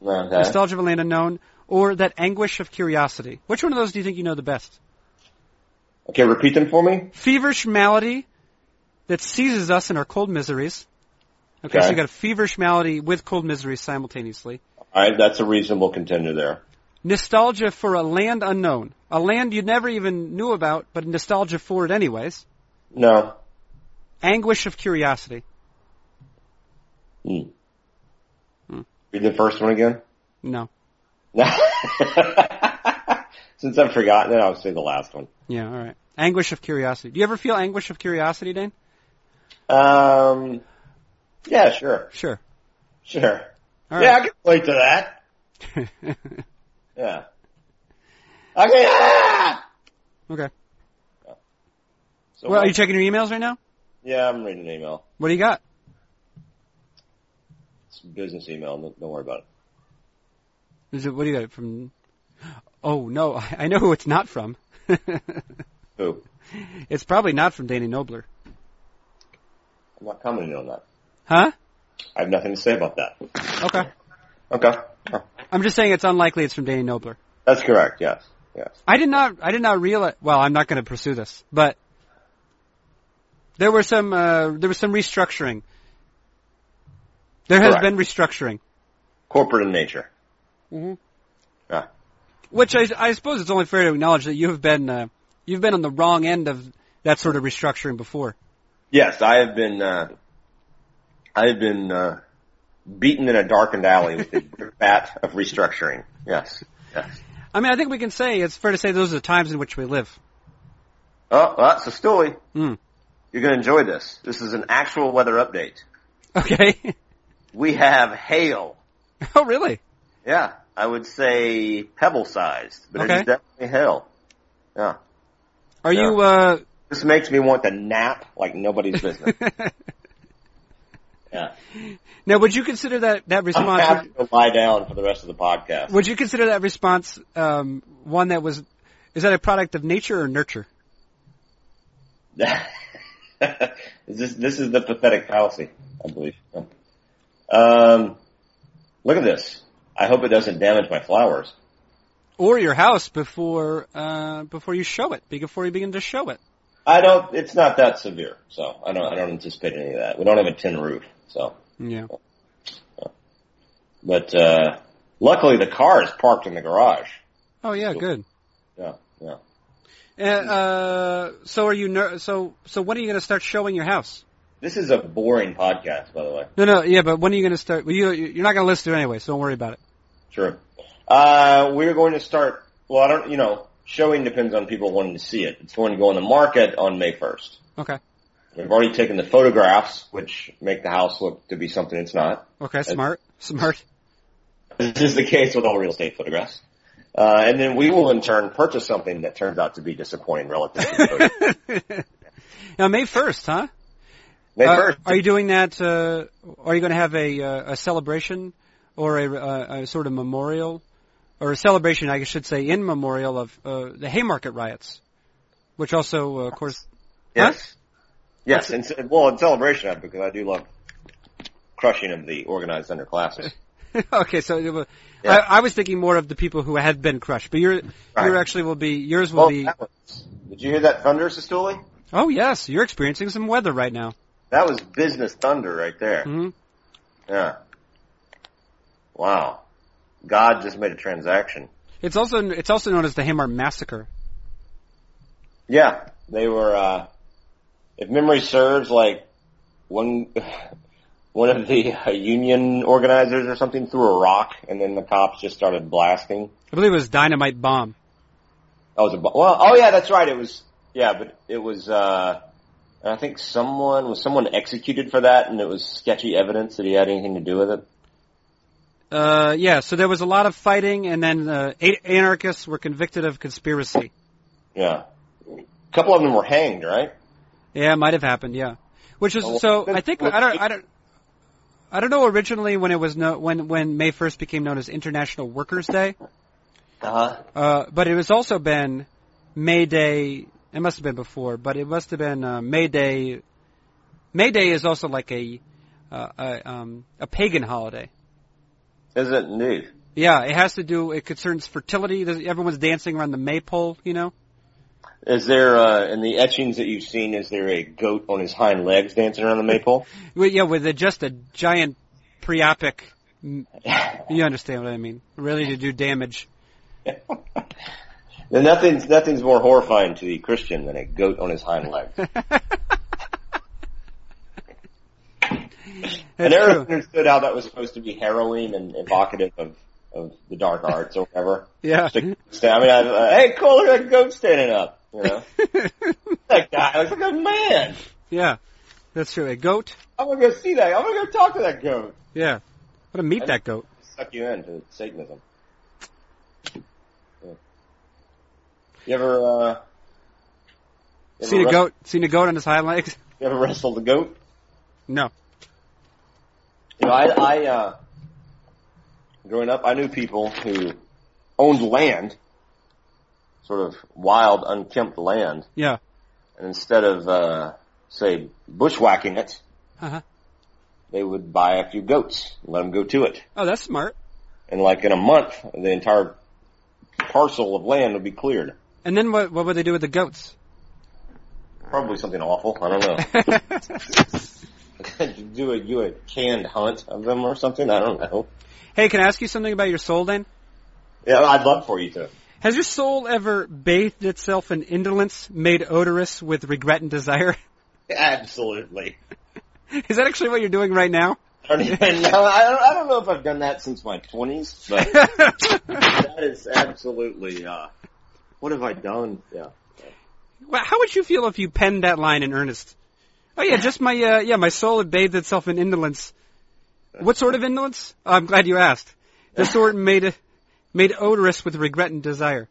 [SPEAKER 2] Okay.
[SPEAKER 1] Nostalgia of a land unknown, or that anguish of curiosity? Which one of those do you think you know the best?
[SPEAKER 2] Okay, repeat them for me.
[SPEAKER 1] Feverish malady that seizes us in our cold miseries. Okay, so
[SPEAKER 2] Okay.
[SPEAKER 1] you got a feverish malady with cold miseries simultaneously.
[SPEAKER 2] Alright, that's a reasonable contender there.
[SPEAKER 1] nostalgia for a land unknown, a land you never even knew about, but nostalgia for it anyways.
[SPEAKER 2] No.
[SPEAKER 1] Anguish of curiosity.
[SPEAKER 2] Hmm.
[SPEAKER 1] Hmm.
[SPEAKER 2] Read the first one again.
[SPEAKER 1] No.
[SPEAKER 2] Since I've forgotten it, I'll say the last one.
[SPEAKER 1] Yeah, all right. Anguish of curiosity. Do you ever feel anguish of curiosity, Dane?
[SPEAKER 2] Um, yeah, sure,
[SPEAKER 1] Sure.
[SPEAKER 2] sure.
[SPEAKER 1] All
[SPEAKER 2] Yeah, I
[SPEAKER 1] right.
[SPEAKER 2] can relate to that. Yeah. Okay. ah!
[SPEAKER 1] Okay.
[SPEAKER 2] So
[SPEAKER 1] well, are
[SPEAKER 2] what-
[SPEAKER 1] you checking your emails right now?
[SPEAKER 2] yeah, I'm reading an email.
[SPEAKER 1] What do you got?
[SPEAKER 2] It's a business email. Don't, don't worry about it.
[SPEAKER 1] Is it, what do you got from? Oh no, I I know who it's not from.
[SPEAKER 2] Who?
[SPEAKER 1] it's probably not from Danny Nobler.
[SPEAKER 2] I'm not commenting on that.
[SPEAKER 1] Huh?
[SPEAKER 2] I have nothing to say about that.
[SPEAKER 1] Okay.
[SPEAKER 2] Okay. Oh,
[SPEAKER 1] I'm just saying it's unlikely it's from Danny Nobler.
[SPEAKER 2] That's correct. Yes. Yes.
[SPEAKER 1] I did not. I did not realize. Well, I'm not going to pursue this, but there were some. Uh, there was some restructuring. There has
[SPEAKER 2] Correct.
[SPEAKER 1] been restructuring.
[SPEAKER 2] Corporate in nature.
[SPEAKER 1] Mhm.
[SPEAKER 2] Yeah.
[SPEAKER 1] Which I, I suppose it's only fair to acknowledge that you've been uh, you've been on the wrong end of that sort of restructuring before.
[SPEAKER 2] Yes, I have been. Uh, I have been uh, beaten in a darkened alley with the bat of restructuring. Yes. Yes.
[SPEAKER 1] I mean, I think we can say it's fair to say those are the times in which we live.
[SPEAKER 2] Oh, well, that's a story.
[SPEAKER 1] Hmm.
[SPEAKER 2] You're going to enjoy this. This is an actual weather update.
[SPEAKER 1] Okay.
[SPEAKER 2] We have hail.
[SPEAKER 1] oh, really?
[SPEAKER 2] Yeah, I would say pebble sized, but it
[SPEAKER 1] Okay.
[SPEAKER 2] is definitely hail. Yeah.
[SPEAKER 1] Are
[SPEAKER 2] Yeah.
[SPEAKER 1] you? Uh,
[SPEAKER 2] This makes me want to nap like nobody's business. yeah.
[SPEAKER 1] now, would you consider that that
[SPEAKER 2] I'm
[SPEAKER 1] response?
[SPEAKER 2] happy to lie down for the rest of the podcast.
[SPEAKER 1] Would you consider that response um, one that was? Is that a product of nature or nurture?
[SPEAKER 2] this, this is the pathetic fallacy, I believe. Um, look at this. I hope it doesn't damage my flowers.
[SPEAKER 1] Or your house before uh, before you show it, before you begin to show it.
[SPEAKER 2] I don't. It's not that severe, so I don't. I don't anticipate any of that. We don't have a tin roof, so.
[SPEAKER 1] Yeah.
[SPEAKER 2] But uh, luckily, the car is parked in the garage.
[SPEAKER 1] Oh yeah, good.
[SPEAKER 2] Yeah, yeah.
[SPEAKER 1] Uh, uh, so are you? Ner- so so when are you going to start showing your house?
[SPEAKER 2] This is a boring podcast, by the way.
[SPEAKER 1] No, no, yeah, but when are you going to start? Well, you you're not going to listen to it anyway, so don't worry about it.
[SPEAKER 2] Sure. Uh, we're going to start. Well, I don't. You know, showing depends on people wanting to see it. It's going to go on the market on May first.
[SPEAKER 1] Okay.
[SPEAKER 2] We've already taken the photographs, which make the house look to be something it's not.
[SPEAKER 1] Okay. Smart. Smart.
[SPEAKER 2] This is the case with all real estate photographs. Uh, and then we will in turn purchase something that turns out to be disappointing relative to the
[SPEAKER 1] Uh,
[SPEAKER 2] photographs.
[SPEAKER 1] now May first, huh?
[SPEAKER 2] May
[SPEAKER 1] Uh,
[SPEAKER 2] 1st.
[SPEAKER 1] Are you doing that? Uh, are you going to have a uh, a celebration or a, uh, a sort of memorial or a celebration? I should say in memorial of uh, the Haymarket riots, which also, uh, of course,
[SPEAKER 2] Yes. Yes, and ce- well, in celebration of it, because I do love crushing of the organized underclasses.
[SPEAKER 1] okay. So it will-
[SPEAKER 2] Yeah.
[SPEAKER 1] I, I was thinking more of the people who had been crushed, but your
[SPEAKER 2] Right.
[SPEAKER 1] your actually will be yours will
[SPEAKER 2] Oh,
[SPEAKER 1] be.
[SPEAKER 2] that was, did you hear that thunder, Sestouli?
[SPEAKER 1] Oh yes, you're experiencing some weather right now.
[SPEAKER 2] That was business thunder right there.
[SPEAKER 1] Mhm.
[SPEAKER 2] Yeah. Wow. God just made a transaction.
[SPEAKER 1] It's also it's also known as the Haymarket massacre.
[SPEAKER 2] Yeah, they were. Uh, if memory serves, like one one of the uh, union organizers or something threw a rock, and then the cops just started blasting.
[SPEAKER 1] I believe it was dynamite bomb.
[SPEAKER 2] That was a bu- well. Oh yeah, that's right. It was yeah, but it was. uh and I think someone was someone executed for that, and it was sketchy evidence that he had anything to do with it.
[SPEAKER 1] Uh, yeah, so there was a lot of fighting, and then uh, eight anarchists were convicted of conspiracy.
[SPEAKER 2] Yeah, a couple of them were hanged, right?
[SPEAKER 1] Yeah, it might have happened. Yeah, which is so. I think I don't. I don't. I don't know. Originally, when it was no, when when May first became known as International Workers' Day,
[SPEAKER 2] Uh-huh.
[SPEAKER 1] uh, but it has also been May Day. It must have been before, but it must have been uh, May Day. May Day is also like a uh, a, um, a pagan holiday.
[SPEAKER 2] Is it indeed?
[SPEAKER 1] Yeah, it has to do. It concerns fertility. There's- Everyone's dancing around the maypole, you know.
[SPEAKER 2] Is there uh, in the etchings that you've seen? Is there a goat on his hind legs dancing around the maypole?
[SPEAKER 1] Well, yeah, with a, just a giant preopic. m- You understand what I mean? Ready to do damage.
[SPEAKER 2] Then nothing's nothing's more horrifying to the Christian than a goat on his hind legs. I
[SPEAKER 1] That's
[SPEAKER 2] never
[SPEAKER 1] true.
[SPEAKER 2] understood how that was supposed to be harrowing and evocative of of the dark arts or whatever.
[SPEAKER 1] Yeah.
[SPEAKER 2] Just a goat stand- I mean, I, uh, hey, cool, look at that goat standing up. You know, that guy looks like a man.
[SPEAKER 1] yeah, that's true. A goat.
[SPEAKER 2] I'm gonna go see that. I'm gonna go talk to that goat.
[SPEAKER 1] Yeah. What a meat that goat.
[SPEAKER 2] Suck you into Satanism. Yeah. You ever uh, you ever
[SPEAKER 1] Seen a
[SPEAKER 2] wrest-
[SPEAKER 1] goat? Seen a goat on his hind legs?
[SPEAKER 2] You ever wrestled a goat?
[SPEAKER 1] No.
[SPEAKER 2] You know, I, I uh, growing up, I knew people who owned land, sort of wild, unkempt land,
[SPEAKER 1] Yeah.
[SPEAKER 2] and instead of uh, say bushwhacking it,
[SPEAKER 1] Uh-huh.
[SPEAKER 2] they would buy a few goats, and let them go to it,
[SPEAKER 1] Oh, that's smart.
[SPEAKER 2] and like in a month, the entire parcel of land would be cleared.
[SPEAKER 1] And then what? What would they do with the goats?
[SPEAKER 2] Probably something awful. I don't know. do a do a canned hunt of them or something. I don't know.
[SPEAKER 1] hey, can I ask you something about your soul, then?
[SPEAKER 2] Yeah, I'd love for you to.
[SPEAKER 1] Has your soul ever bathed itself in indolence, made odorous with regret and desire?
[SPEAKER 2] Absolutely.
[SPEAKER 1] Is that actually what you're doing right now?
[SPEAKER 2] I don't even know. I don't, I don't know if I've done that since my twenties, but that is absolutely. Uh, what have I done? Yeah.
[SPEAKER 1] Well, how would you feel if you penned that line in earnest? Oh yeah, just my uh, yeah, my soul had bathed itself in indolence. What sort of indolence? Oh, I'm glad you asked. The sort made made odorous with regret and desire.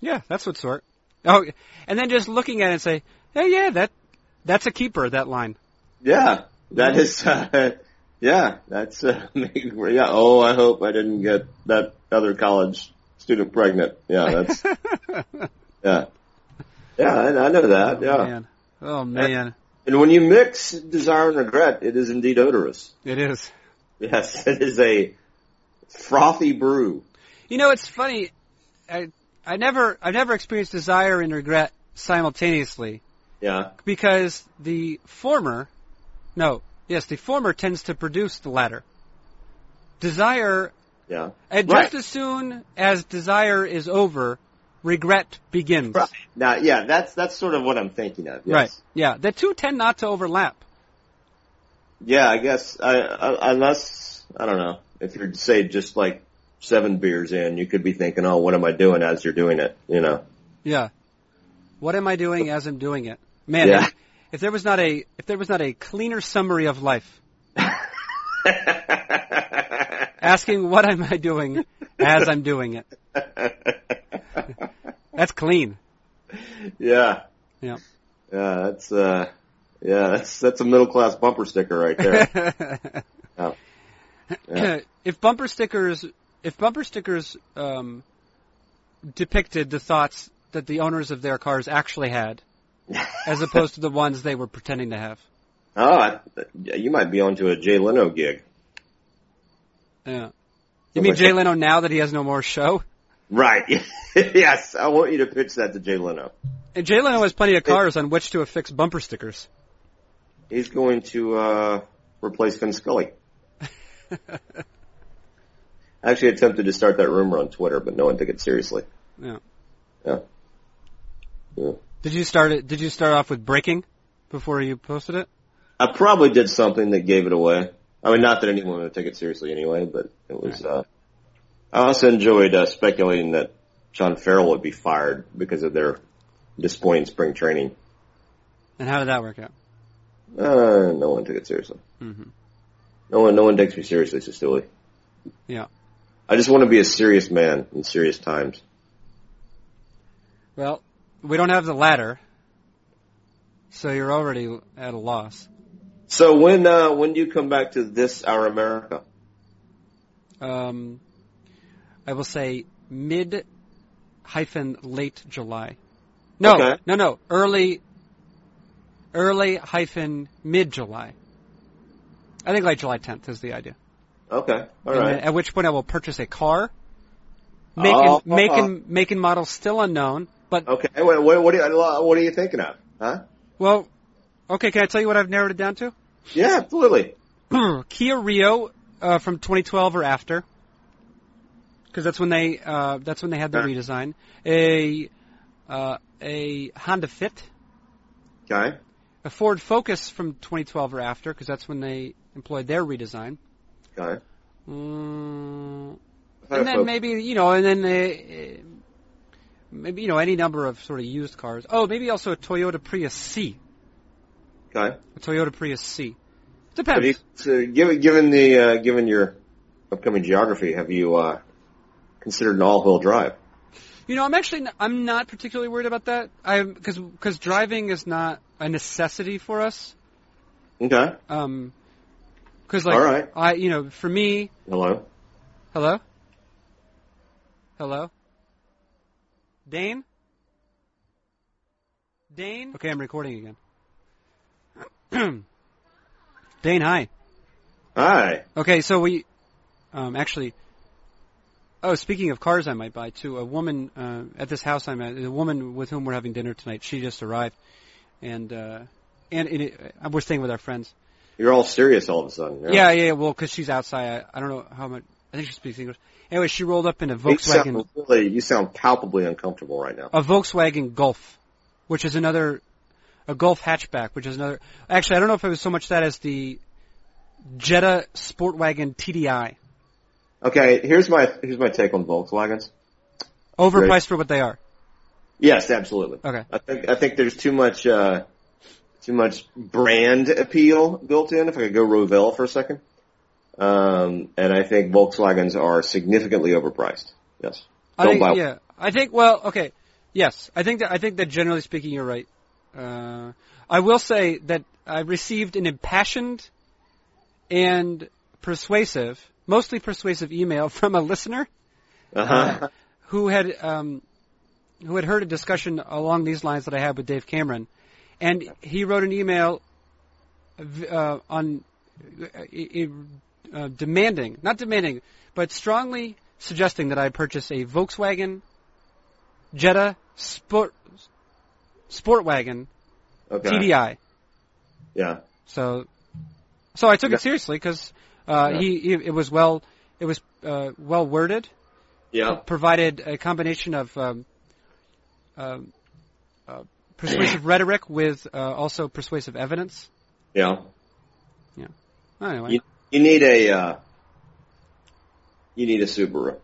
[SPEAKER 1] Yeah, that's what sort. Oh, and then just looking at it and say, hey, yeah, that that's a keeper. That line.
[SPEAKER 2] yeah, that is. Uh, yeah, that's. Uh, yeah. Oh, I hope I didn't get that other college student pregnant. Yeah, that's. yeah. Yeah, I, I know that. Yeah.
[SPEAKER 1] Oh, man. Oh man,
[SPEAKER 2] And when you mix desire and regret, it is indeed odorous.
[SPEAKER 1] it is.
[SPEAKER 2] Yes, it is a frothy brew.
[SPEAKER 1] You know, it's funny. I I never I never experienced desire and regret simultaneously.
[SPEAKER 2] Yeah.
[SPEAKER 1] because the former, no, yes, the former tends to produce the latter. Desire,
[SPEAKER 2] Yeah.
[SPEAKER 1] and
[SPEAKER 2] Right.
[SPEAKER 1] just as soon as desire is over, regret begins.
[SPEAKER 2] Right. Now, yeah, that's that's sort of what I'm thinking of. Yes.
[SPEAKER 1] Right. Yeah, the two tend not to overlap.
[SPEAKER 2] Yeah, I guess I, I unless I don't know if you're say just like seven beers in, you could be thinking, oh, what am I doing as you're doing it? You know.
[SPEAKER 1] Yeah. What am I doing as I'm doing it? Man,
[SPEAKER 2] Yeah.
[SPEAKER 1] if, if there was not a if there was not a cleaner summary of life, asking what am I doing as I'm doing it. That's clean.
[SPEAKER 2] yeah.
[SPEAKER 1] Yeah.
[SPEAKER 2] Yeah, that's uh, yeah, that's that's a middle class bumper sticker right there. Oh. Yeah.
[SPEAKER 1] if bumper stickers, if bumper stickers um, depicted the thoughts that the owners of their cars actually had, as opposed to the ones they were pretending to have.
[SPEAKER 2] oh, I, you might be onto a Jay Leno gig.
[SPEAKER 1] Yeah. You mean Jay Leno now that he has no more show?
[SPEAKER 2] Right. yes, I want you to pitch that to Jay Leno.
[SPEAKER 1] And Jay Leno has plenty of cars on which to affix bumper stickers.
[SPEAKER 2] He's going to uh, replace Vin Scully. I actually attempted to start that rumor on Twitter, but no one took it seriously.
[SPEAKER 1] Yeah.
[SPEAKER 2] Yeah. Yeah.
[SPEAKER 1] Did you start it? Did you start off with breaking before you posted it?
[SPEAKER 2] I probably did something that gave it away. I mean, not that anyone would take it seriously anyway, but it was. Uh, I also enjoyed uh, speculating that John Farrell would be fired because of their disappointing spring training.
[SPEAKER 1] And how did that work out?
[SPEAKER 2] Uh, no one took it seriously.
[SPEAKER 1] hmm
[SPEAKER 2] No one, no one takes me seriously, Sestouli.
[SPEAKER 1] Yeah.
[SPEAKER 2] I just want to be a serious man in serious times.
[SPEAKER 1] Well, we don't have the latter, so you're already at a loss.
[SPEAKER 2] So when uh, when do you come back to this our America?
[SPEAKER 1] um, I will say mid hyphen late July. No,
[SPEAKER 2] Okay.
[SPEAKER 1] no, no, early, early hyphen mid July. I think like July 10th is the idea.
[SPEAKER 2] Okay, all
[SPEAKER 1] And
[SPEAKER 2] right.
[SPEAKER 1] then at which point I will purchase a car, make,
[SPEAKER 2] Oh.
[SPEAKER 1] and, make, and, make and model still unknown, but,
[SPEAKER 2] Okay, what, what, what, are you, what are you thinking of? Huh?
[SPEAKER 1] well, okay, can I tell you what I've narrowed it down to?
[SPEAKER 2] Yeah, absolutely.
[SPEAKER 1] Kia Rio uh, from 2012 or after, because that's when they uh, that's when they had the
[SPEAKER 2] Okay.
[SPEAKER 1] redesign. A uh, a Honda Fit,
[SPEAKER 2] Okay.
[SPEAKER 1] a Ford Focus from 2012 or after, because that's when they employed their redesign.
[SPEAKER 2] Okay.
[SPEAKER 1] Mm, and then maybe you know, and then they, maybe you know any number of sort of used cars. Oh, maybe also a Toyota Prius C,
[SPEAKER 2] Okay.
[SPEAKER 1] a Toyota Prius C.
[SPEAKER 2] Have you,
[SPEAKER 1] Depends.
[SPEAKER 2] so given given the uh, given your upcoming geography, have you uh, considered an all-wheel drive?
[SPEAKER 1] You know, I'm actually n- I'm not particularly worried about that. I'm because because driving is not a necessity for us.
[SPEAKER 2] Okay.
[SPEAKER 1] Um, because like
[SPEAKER 2] All right.
[SPEAKER 1] I you know for me,
[SPEAKER 2] Hello.
[SPEAKER 1] hello, hello, Dane, Dane. Okay, I'm recording again. Dane, hi.
[SPEAKER 2] Hi.
[SPEAKER 1] Okay, so we um, actually. Oh, speaking of cars, I might buy too. A woman uh, at this house I'm at, a woman with whom we're having dinner tonight. She just arrived, and uh, and it, uh, we're staying with our friends.
[SPEAKER 2] You're all serious all of a sudden.
[SPEAKER 1] Yeah, yeah. yeah well, because she's outside, I, I don't know how much I think she speaks English. Anyway, she rolled up in a
[SPEAKER 2] You
[SPEAKER 1] Volkswagen,
[SPEAKER 2] sound, really, you sound palpably uncomfortable right now.
[SPEAKER 1] a Volkswagen Golf, which is another, a Golf hatchback, which is another. Actually, I don't know if it was so much that as the Jetta Sportwagon TDI,
[SPEAKER 2] Okay, here's my here's my take on Volkswagens.
[SPEAKER 1] overpriced for what they are.
[SPEAKER 2] Yes, absolutely.
[SPEAKER 1] Okay.
[SPEAKER 2] I think I think there's too much uh, too much brand appeal built in. If I could go Rovell for a second, um, and I think Volkswagens are significantly overpriced. Yes,
[SPEAKER 1] I
[SPEAKER 2] Don't
[SPEAKER 1] think,
[SPEAKER 2] buy one.
[SPEAKER 1] yeah, I think. Well, okay, yes, I think that I think that generally speaking, you're right. Uh, I will say that I received an impassioned and persuasive, mostly persuasive email from a listener
[SPEAKER 2] uh-huh.
[SPEAKER 1] who had um, who had heard a discussion along these lines that I had with Dave Cameron, and he wrote an email uh, on uh, uh, demanding, not demanding, but strongly suggesting that I purchase a Volkswagen Jetta Sport Sportwagon
[SPEAKER 2] okay.
[SPEAKER 1] TDI.
[SPEAKER 2] Yeah.
[SPEAKER 1] So, so I took it seriously because uh,
[SPEAKER 2] Yeah.
[SPEAKER 1] he, he it was well it was uh, well worded
[SPEAKER 2] Yeah.
[SPEAKER 1] provided a combination of um, um, uh, persuasive rhetoric with uh, also persuasive evidence.
[SPEAKER 2] Yeah.
[SPEAKER 1] Anyway,
[SPEAKER 2] You- You need a uh, you need a Subaru.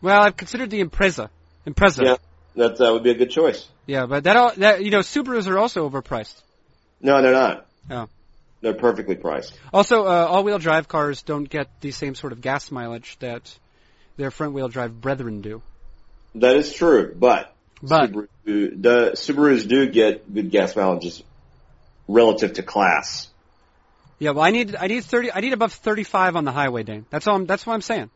[SPEAKER 1] well, I've considered the Impreza. Impreza, yeah,
[SPEAKER 2] Yeah. That that would be a good choice.
[SPEAKER 1] but that all that you know, Subarus are also overpriced.
[SPEAKER 2] No, they're not.
[SPEAKER 1] Oh.
[SPEAKER 2] They're perfectly priced.
[SPEAKER 1] Also, uh, all-wheel drive cars don't get the same sort of gas mileage that their front-wheel drive brethren do.
[SPEAKER 2] That is true, but
[SPEAKER 1] But
[SPEAKER 2] Subaru, the Subarus do get good gas mileages relative to class.
[SPEAKER 1] yeah, well, I need I need thirty I need above thirty-five on the highway, Dane. That's all. I'm, that's what I'm saying.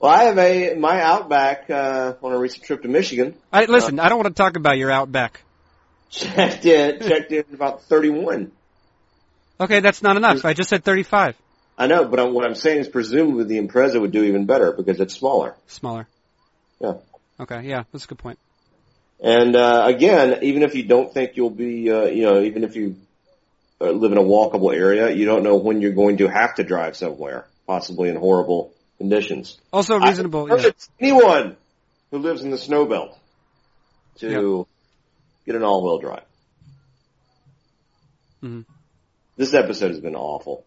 [SPEAKER 2] Well, I have a my Outback uh, on a recent trip to Michigan.
[SPEAKER 1] I, listen, I don't want to talk about your Outback.
[SPEAKER 2] Checked in, checked in about thirty-one.
[SPEAKER 1] Okay, that's not enough. I just said thirty-five.
[SPEAKER 2] I know, but I'm, what I'm saying is, presumably the Impreza would do even better because it's smaller.
[SPEAKER 1] Smaller.
[SPEAKER 2] Yeah.
[SPEAKER 1] Okay, yeah, that's a good point.
[SPEAKER 2] And uh, again, even if you don't think you'll be, uh, you know, even if you uh, live in a walkable area, you don't know when you're going to have to drive somewhere, possibly in horrible conditions.
[SPEAKER 1] Also
[SPEAKER 2] I
[SPEAKER 1] reasonable.
[SPEAKER 2] urge
[SPEAKER 1] yeah.
[SPEAKER 2] anyone who lives in the snow belt to get an all-wheel drive.
[SPEAKER 1] Mhm.
[SPEAKER 2] This episode has been awful.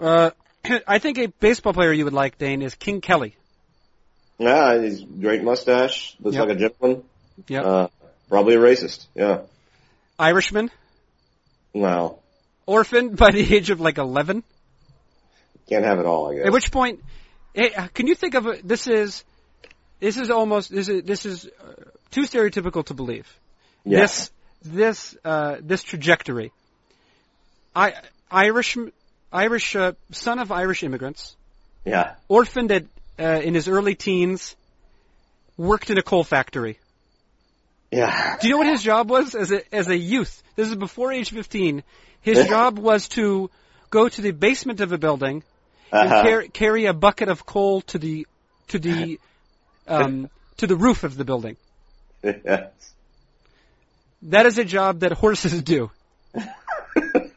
[SPEAKER 1] Uh, I think a baseball player you would like, Dane, is King Kelly.
[SPEAKER 2] Yeah, he's great mustache, looks
[SPEAKER 1] Yep.
[SPEAKER 2] like a gentleman.
[SPEAKER 1] Yep.
[SPEAKER 2] Uh, probably a racist. Yeah.
[SPEAKER 1] Irishman,
[SPEAKER 2] Well,
[SPEAKER 1] orphaned by the age of like 11.
[SPEAKER 2] can't have it all, I guess.
[SPEAKER 1] At which point, eh, can you think of a, this is this is almost this is this is uh, too stereotypical to believe.
[SPEAKER 2] yeah.
[SPEAKER 1] This this uh, this trajectory. I Irish Irish uh, son of Irish immigrants,
[SPEAKER 2] Yeah.
[SPEAKER 1] orphaned at, uh, in his early teens, worked in a coal factory.
[SPEAKER 2] Yeah.
[SPEAKER 1] Do you know what his job was as a as a youth? This is before age fifteen. His job was to go to the basement of a building and
[SPEAKER 2] Uh-huh.
[SPEAKER 1] car- carry a bucket of coal to the to the um, to the roof of the building.
[SPEAKER 2] Yes.
[SPEAKER 1] That is a job that horses do,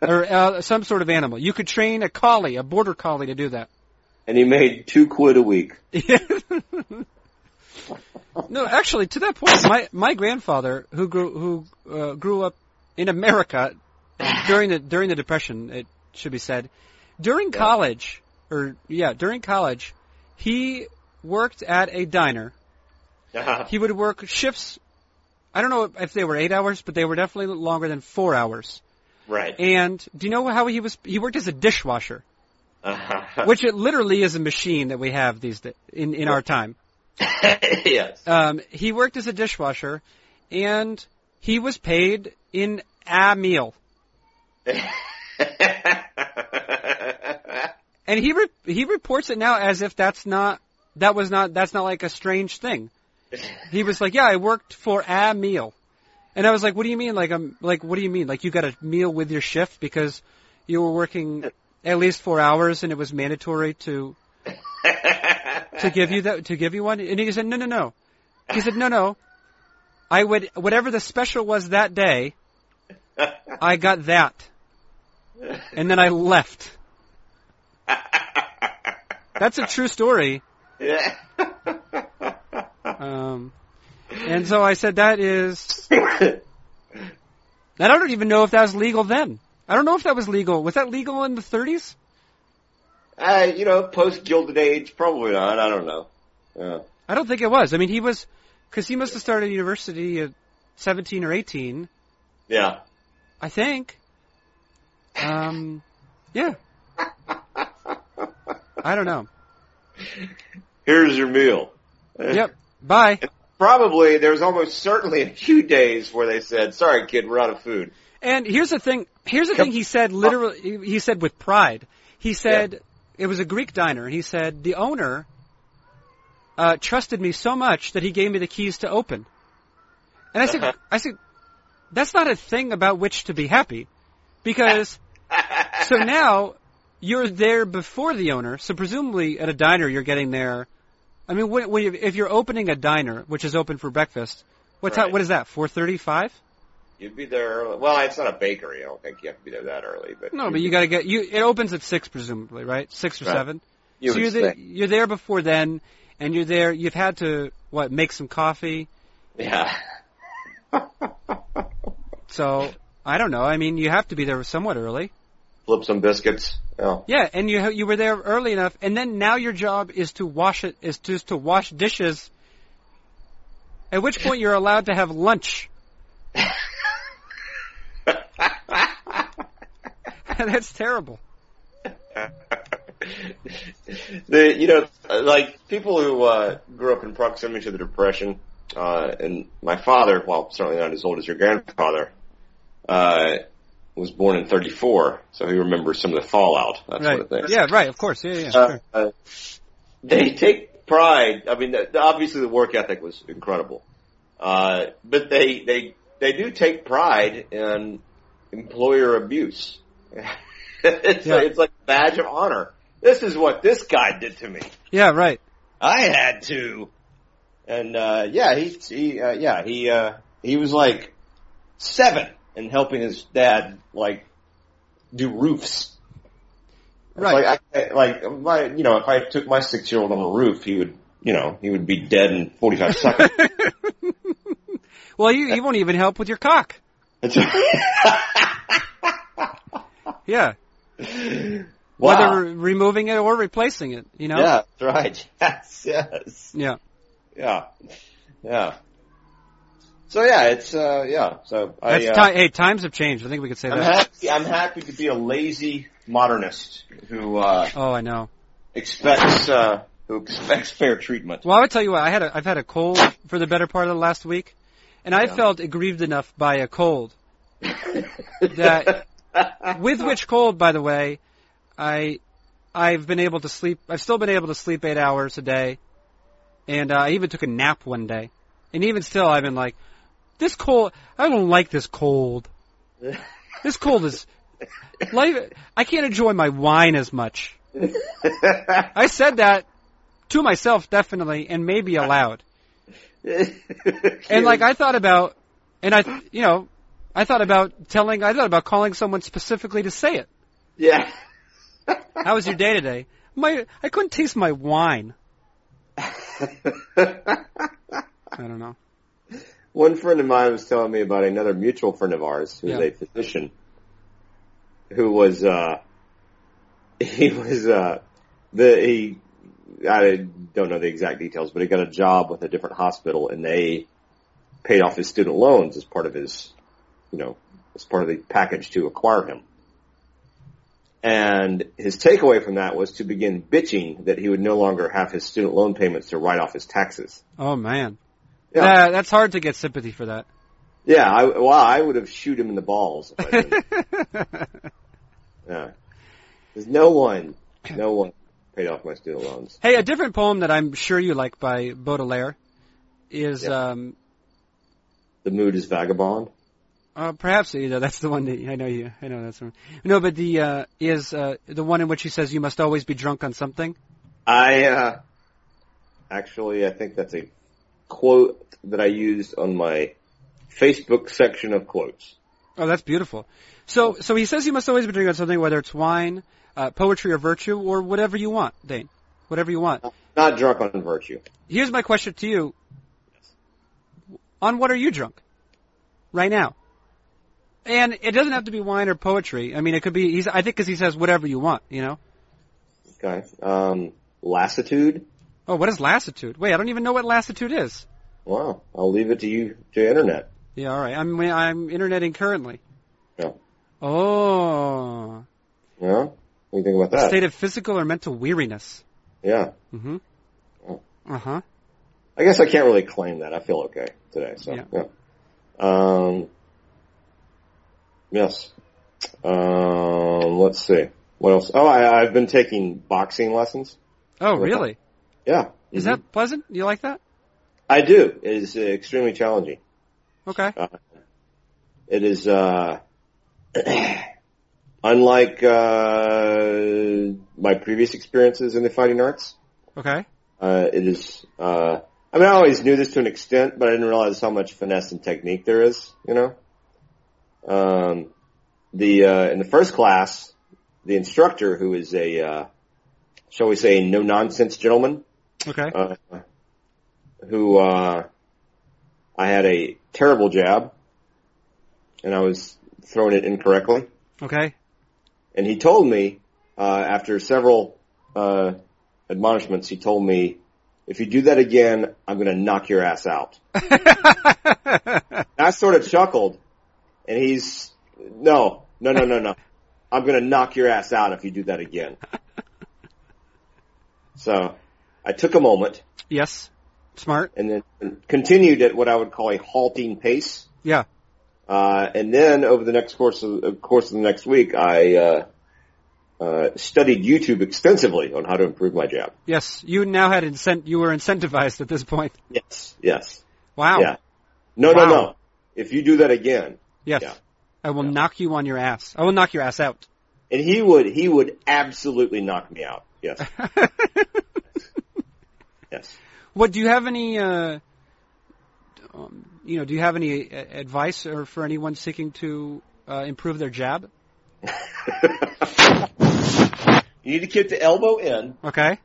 [SPEAKER 1] or uh, some sort of animal. You could train a collie, a border collie, to do that.
[SPEAKER 2] and he made two quid a week.
[SPEAKER 1] no, actually, to that point, my my grandfather, who grew who uh, grew up in America during the during the Depression, it should be said, during college or yeah, during college, he worked at a diner. He would work shifts. I don't know if they were eight hours, but they were definitely longer than four hours.
[SPEAKER 2] Right.
[SPEAKER 1] And do you know how he was? He worked as a dishwasher,
[SPEAKER 2] Uh-huh.
[SPEAKER 1] which it literally is a machine that we have these da in in our time.
[SPEAKER 2] yes.
[SPEAKER 1] Um, he worked as a dishwasher, and he was paid in a meal. And he re- he reports it now as if that's not that was not that's not like a strange thing. He was like, "Yeah, I worked for a meal," and I was like, "What do you mean? Like, I'm like, what do you mean? Like, you got a meal with your shift because you were working at least four hours and it was mandatory to to give you that to give you one?" And he said, "No, no, no." He said, "No, no. I would whatever the special was that day, I got Uh- that, and then I left." That's a true story.
[SPEAKER 2] Yeah.
[SPEAKER 1] Um, and so I said, that is. And I don't even know if that was legal then. I don't know if that was legal. Was that legal in the 30s?
[SPEAKER 2] uh, you know, post Gilded Age, probably not. I don't know. Yeah.
[SPEAKER 1] I don't think it was. I mean, he was. Because he must have started university at 17 or 18,
[SPEAKER 2] Yeah.
[SPEAKER 1] I think. Um, yeah, I don't know.
[SPEAKER 2] Here's your meal.
[SPEAKER 1] Yep. Bye.
[SPEAKER 2] Probably there's almost certainly a few days where they said, "Sorry, kid, we're out of food."
[SPEAKER 1] And here's the thing. Here's the thing he said literally. He said with pride. He said it was a Greek diner, and he said the owner uh, trusted me so much that he gave me the keys to open. And I said,
[SPEAKER 2] Uh-huh.
[SPEAKER 1] I said, that's not a thing about which to be happy, because so now you're there before the owner. So presumably at a diner you're getting there. I mean, when, when you, if you're opening a diner, which is open for breakfast, what time?
[SPEAKER 2] Right.
[SPEAKER 1] What is that? Four thirty-five?
[SPEAKER 2] You'd be there early. Well, it's not a bakery. I don't think you have to be there that early. But
[SPEAKER 1] No, but you got to get you. It opens at six, presumably, right? Six or
[SPEAKER 2] Right.
[SPEAKER 1] seven.
[SPEAKER 2] You
[SPEAKER 1] so
[SPEAKER 2] would
[SPEAKER 1] you're there,
[SPEAKER 2] think.
[SPEAKER 1] you're there before then, and you're there. You've had to what? Make some coffee.
[SPEAKER 2] Yeah.
[SPEAKER 1] So I don't know. I mean, you have to be there somewhat early.
[SPEAKER 2] Flip some biscuits. Yeah.
[SPEAKER 1] Yeah, and you ha- you were there early enough, and then now your job is to wash it is just to wash dishes. At which point you're allowed to have lunch. That's terrible.
[SPEAKER 2] the you know like people who uh, grew up in proximity to the depression uh, and my father well certainly not as old as your grandfather uh, was born in 34 so he remembers some of the fallout that
[SPEAKER 1] right.
[SPEAKER 2] sort of thing
[SPEAKER 1] Yeah. Right. Of course. Yeah. Yeah.
[SPEAKER 2] uh,
[SPEAKER 1] sure.
[SPEAKER 2] uh, they take pride. I mean, the, the- obviously the work ethic was incredible, uh, but they they they do take pride in employer abuse. it's,
[SPEAKER 1] Yeah.
[SPEAKER 2] it's like a badge of honor. This is what this guy did to me.
[SPEAKER 1] Yeah. Right.
[SPEAKER 2] I had to. And uh, yeah, he he uh, yeah he uh, he was like seven and helping his dad like do roofs. It's
[SPEAKER 1] Right.
[SPEAKER 2] Like, I, like my, you know, if I took my six year old on a roof, he would, you know, he would be dead in 45 seconds.
[SPEAKER 1] well, you you won't even help with your cock. Yeah.
[SPEAKER 2] wow.
[SPEAKER 1] whether removing it or replacing it. You know.
[SPEAKER 2] Yeah, that's right. Yes, yes.
[SPEAKER 1] Yeah.
[SPEAKER 2] Yeah. Yeah. So yeah, it's, uh, yeah, so I,
[SPEAKER 1] That's
[SPEAKER 2] uh,
[SPEAKER 1] ti- hey, times have changed. I think we could say
[SPEAKER 2] I'm
[SPEAKER 1] that.
[SPEAKER 2] happy, I'm happy to be a lazy modernist who, uh,
[SPEAKER 1] oh, I know.
[SPEAKER 2] expects, uh, who expects fair treatment.
[SPEAKER 1] Well, I would tell you what. I had a, I've had a cold for the better part of the last week, and I
[SPEAKER 2] Yeah.
[SPEAKER 1] felt aggrieved enough by a cold. That- With which cold, by the way, I I've been able to sleep. I've still been able to sleep eight hours a day, and uh, I even took a nap one day. And even still, I've been like, this cold. I don't like this cold. This cold is life. I can't enjoy my wine as much. I said that to myself, definitely, and maybe aloud. And like I thought about, and I, you know, I thought about telling, I thought about calling someone specifically to say it.
[SPEAKER 2] yeah.
[SPEAKER 1] How was your day today? My, I couldn't taste my wine. I don't know.
[SPEAKER 2] One friend of mine was telling me about another mutual friend of ours who's
[SPEAKER 1] Yeah.
[SPEAKER 2] a physician who was uh he was uh the he I don't know the exact details, but he got a job with a different hospital and they paid off his student loans as part of his you know, as part of the package to acquire him. And his takeaway from that was to begin bitching that he would no longer have his student loan payments to write off his taxes.
[SPEAKER 1] Oh man,
[SPEAKER 2] Yeah.
[SPEAKER 1] Nah, that's hard to get sympathy for that.
[SPEAKER 2] Yeah, I, well, I would have shoot him in the balls. If I didn't. yeah. There's no one, no one paid off my student loans.
[SPEAKER 1] hey, a different poem that I'm sure you like by Baudelaire is um,
[SPEAKER 2] The mood is vagabond.
[SPEAKER 1] Uh, perhaps you know that's the one that I know you. I know that's the one. No, but the uh, is uh, the one in which he says you must always be drunk on something.
[SPEAKER 2] I, uh, actually, I think that's a quote that I used on my Facebook section of quotes.
[SPEAKER 1] Oh, that's beautiful. So so he says you must always be drunk on something, whether it's wine, uh, poetry, or virtue, or whatever you want, Dane. whatever you want.
[SPEAKER 2] Not drunk on virtue.
[SPEAKER 1] Here's my question to you. On what are you drunk? Right now. And it doesn't have to be wine or poetry. I mean, it could be, he's, I think cause he says whatever you want, you know?
[SPEAKER 2] Okay. Um, lassitude.
[SPEAKER 1] Oh, what is lassitude? Wait, I don't even know what lassitude is.
[SPEAKER 2] Wow. I'll leave it to you to internet.
[SPEAKER 1] Yeah, alright. I'm, I'm interneting currently.
[SPEAKER 2] Yeah.
[SPEAKER 1] Oh.
[SPEAKER 2] Yeah. What do you think about
[SPEAKER 1] A
[SPEAKER 2] that?
[SPEAKER 1] state of physical or mental weariness.
[SPEAKER 2] yeah.
[SPEAKER 1] Mm-hmm.
[SPEAKER 2] Oh.
[SPEAKER 1] Uh-huh.
[SPEAKER 2] I guess I can't really claim that. I feel okay today. So
[SPEAKER 1] Yeah.
[SPEAKER 2] yeah. Um. Yes. Um. Let's see. What else? Oh, I, I've been taking boxing lessons.
[SPEAKER 1] Oh,
[SPEAKER 2] Right.
[SPEAKER 1] really?
[SPEAKER 2] Yeah.
[SPEAKER 1] Is
[SPEAKER 2] Mhm.
[SPEAKER 1] that pleasant? You like that?
[SPEAKER 2] I do. It is uh, extremely challenging.
[SPEAKER 1] Okay.
[SPEAKER 2] It is uh, unlike uh, my previous experiences in the fighting arts.
[SPEAKER 1] Okay.
[SPEAKER 2] Uh, it is. Uh, I mean, I always knew this to an extent, but I didn't realize how much finesse and technique there is. You know, um, the uh, in the first class, the instructor, who is a uh, shall we say no nonsense gentleman,
[SPEAKER 1] Okay.
[SPEAKER 2] uh, who uh, I had a terrible jab, and I was throwing it incorrectly.
[SPEAKER 1] Okay.
[SPEAKER 2] And he told me uh, after several uh, admonishments, he told me, "If you do that again, I'm going to knock your ass out." And I sort of chuckled, and he's, "No, no, no, no, no, I'm going to knock your ass out if you do that again." So, I took a moment
[SPEAKER 1] yes. Smart.
[SPEAKER 2] and then continued at what I would call a halting pace.
[SPEAKER 1] Yeah.
[SPEAKER 2] Uh, and then over the next course of, of course of the next week, I uh, uh, studied YouTube extensively on how to improve my jab.
[SPEAKER 1] Yes. You now had incent. You were incentivized at this point.
[SPEAKER 2] Yes, yes,
[SPEAKER 1] Wow.
[SPEAKER 2] yeah. No, no,
[SPEAKER 1] Wow.
[SPEAKER 2] no. If you do that again,
[SPEAKER 1] Yes.
[SPEAKER 2] Yeah.
[SPEAKER 1] I will
[SPEAKER 2] Yeah.
[SPEAKER 1] knock you on your ass. I will knock your ass out.
[SPEAKER 2] and he would, he would absolutely knock me out. Yes, yes.
[SPEAKER 1] what do you have any? Uh, um, you know, do you have any uh, advice or for anyone seeking to uh, improve their jab?
[SPEAKER 2] you need to keep the elbow in.
[SPEAKER 1] Okay.